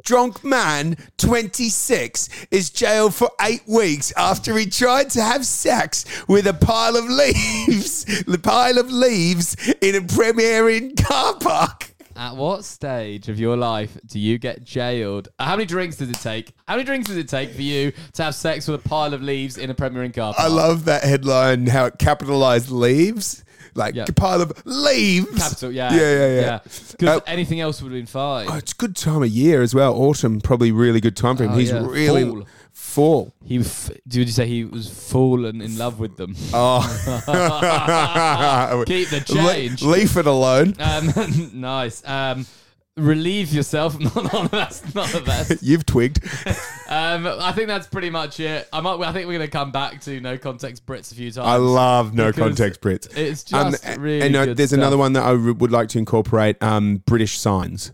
Speaker 3: Drunk man, 26, is jailed for eight weeks after he tried to have sex with a pile of leaves, the pile of leaves in a Premier Inn car park.
Speaker 2: At what stage of your life do you get jailed? Uh, How many drinks does it take? How many drinks does it take for you to have sex with a pile of leaves in a Premier Inn car
Speaker 3: I
Speaker 2: park?
Speaker 3: love that headline, how it capitalized leaves, like
Speaker 2: Yeah.
Speaker 3: a pile of leaves.
Speaker 2: Capital, yeah.
Speaker 3: Yeah, yeah, yeah.
Speaker 2: Because
Speaker 3: Uh,
Speaker 2: anything else would have been fine.
Speaker 3: Oh, it's a good time of year as well. Autumn, probably really good time for him.
Speaker 2: Oh,
Speaker 3: He's
Speaker 2: yeah.
Speaker 3: really
Speaker 2: Fall.
Speaker 3: full.
Speaker 2: He, f- would you say he was fallen in love with them?
Speaker 3: Uh, Oh.
Speaker 2: Keep the change.
Speaker 3: Le- leave it alone.
Speaker 2: Um, nice. Um, relieve yourself. No, no, that's not the best.
Speaker 3: You've twigged.
Speaker 2: Um, I think that's pretty much it. I might. I think we're going to come back to no context Brits a few times.
Speaker 3: I love no
Speaker 2: Because
Speaker 3: context Brits.
Speaker 2: it's
Speaker 3: Um,
Speaker 2: just
Speaker 3: a-
Speaker 2: really.
Speaker 3: And uh,
Speaker 2: good
Speaker 3: there's
Speaker 2: stuff.
Speaker 3: another one that I re- would like to incorporate um, British signs.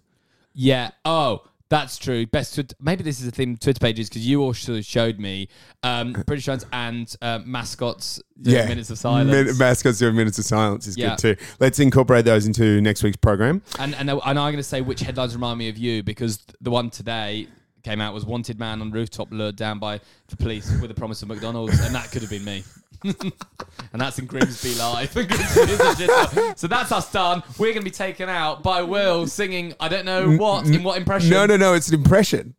Speaker 2: Yeah. Oh, that's true. Best. Twit- Maybe this is a theme Twitter pages because you also showed me um, British fans and uh, mascots. doing Minutes of silence.
Speaker 3: Min- mascots doing minutes of silence is
Speaker 2: Yeah.
Speaker 3: good too. Let's incorporate those into next week's program.
Speaker 2: and and and I'm going to say which headlines remind me of you because the one today. Came out was wanted man on rooftop lured down by the police with the promise of McDonald's, and that could have been me. and that's in Grimsby Live. Grimsby is a jitter. so that's us done. We're going to be taken out by Will singing. I don't know what in what impression.
Speaker 3: Mm, No, no, no. It's an impression.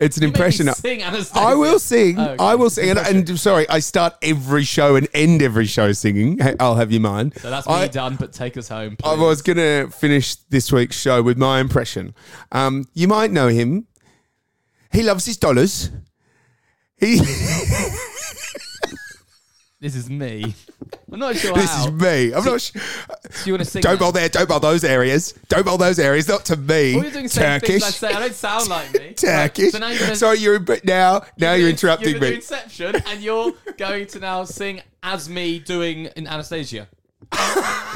Speaker 3: It's an
Speaker 2: You made me
Speaker 3: impression.
Speaker 2: Sing Anastasia.
Speaker 3: I will sing.
Speaker 2: Oh, okay.
Speaker 3: I will sing. And, and sorry, I start every show and end every show singing. Hey, I'll have you mine.
Speaker 2: So that's me
Speaker 3: I,
Speaker 2: done. But take us home.
Speaker 3: I
Speaker 2: Please.
Speaker 3: was going to finish this week's show with my impression. Um, you might know him. He loves his dollars. He,
Speaker 2: This is me. I'm not sure
Speaker 3: this
Speaker 2: how.
Speaker 3: is me. I'm not. Sh-
Speaker 2: Do you want to sing?
Speaker 3: don't
Speaker 2: that?
Speaker 3: bowl there. Don't bowl those areas. Don't bowl those areas. Not to me.
Speaker 2: All you're doing is saying
Speaker 3: Turkish.
Speaker 2: things I say. I don't sound like me.
Speaker 3: Turkish.
Speaker 2: So now you're gonna-
Speaker 3: Sorry, you're but now now you're, interrupting
Speaker 2: you're gonna do
Speaker 3: me.
Speaker 2: Inception, and you're going to now sing as me doing in Anastasia.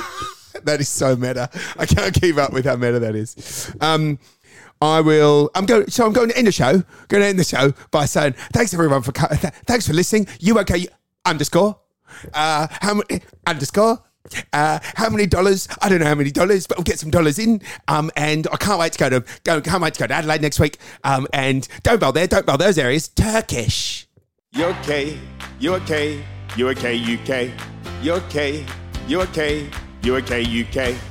Speaker 3: That is so meta. I can't keep up with how meta that is. Um, I will. I'm going. So I'm going to end the show. Going to end the show by saying thanks everyone for co- th- thanks for listening. You okay? Underscore. Uh, how many underscore? Uh, how many dollars? I don't know how many dollars, but we'll get some dollars in. Um, and I can't wait to go to go. Can't wait to go to Adelaide next week. Um, and don't bowl there. Don't bowl those areas. Turkish.
Speaker 1: You okay? You okay? You okay? UK? You okay? You okay? You okay? UK?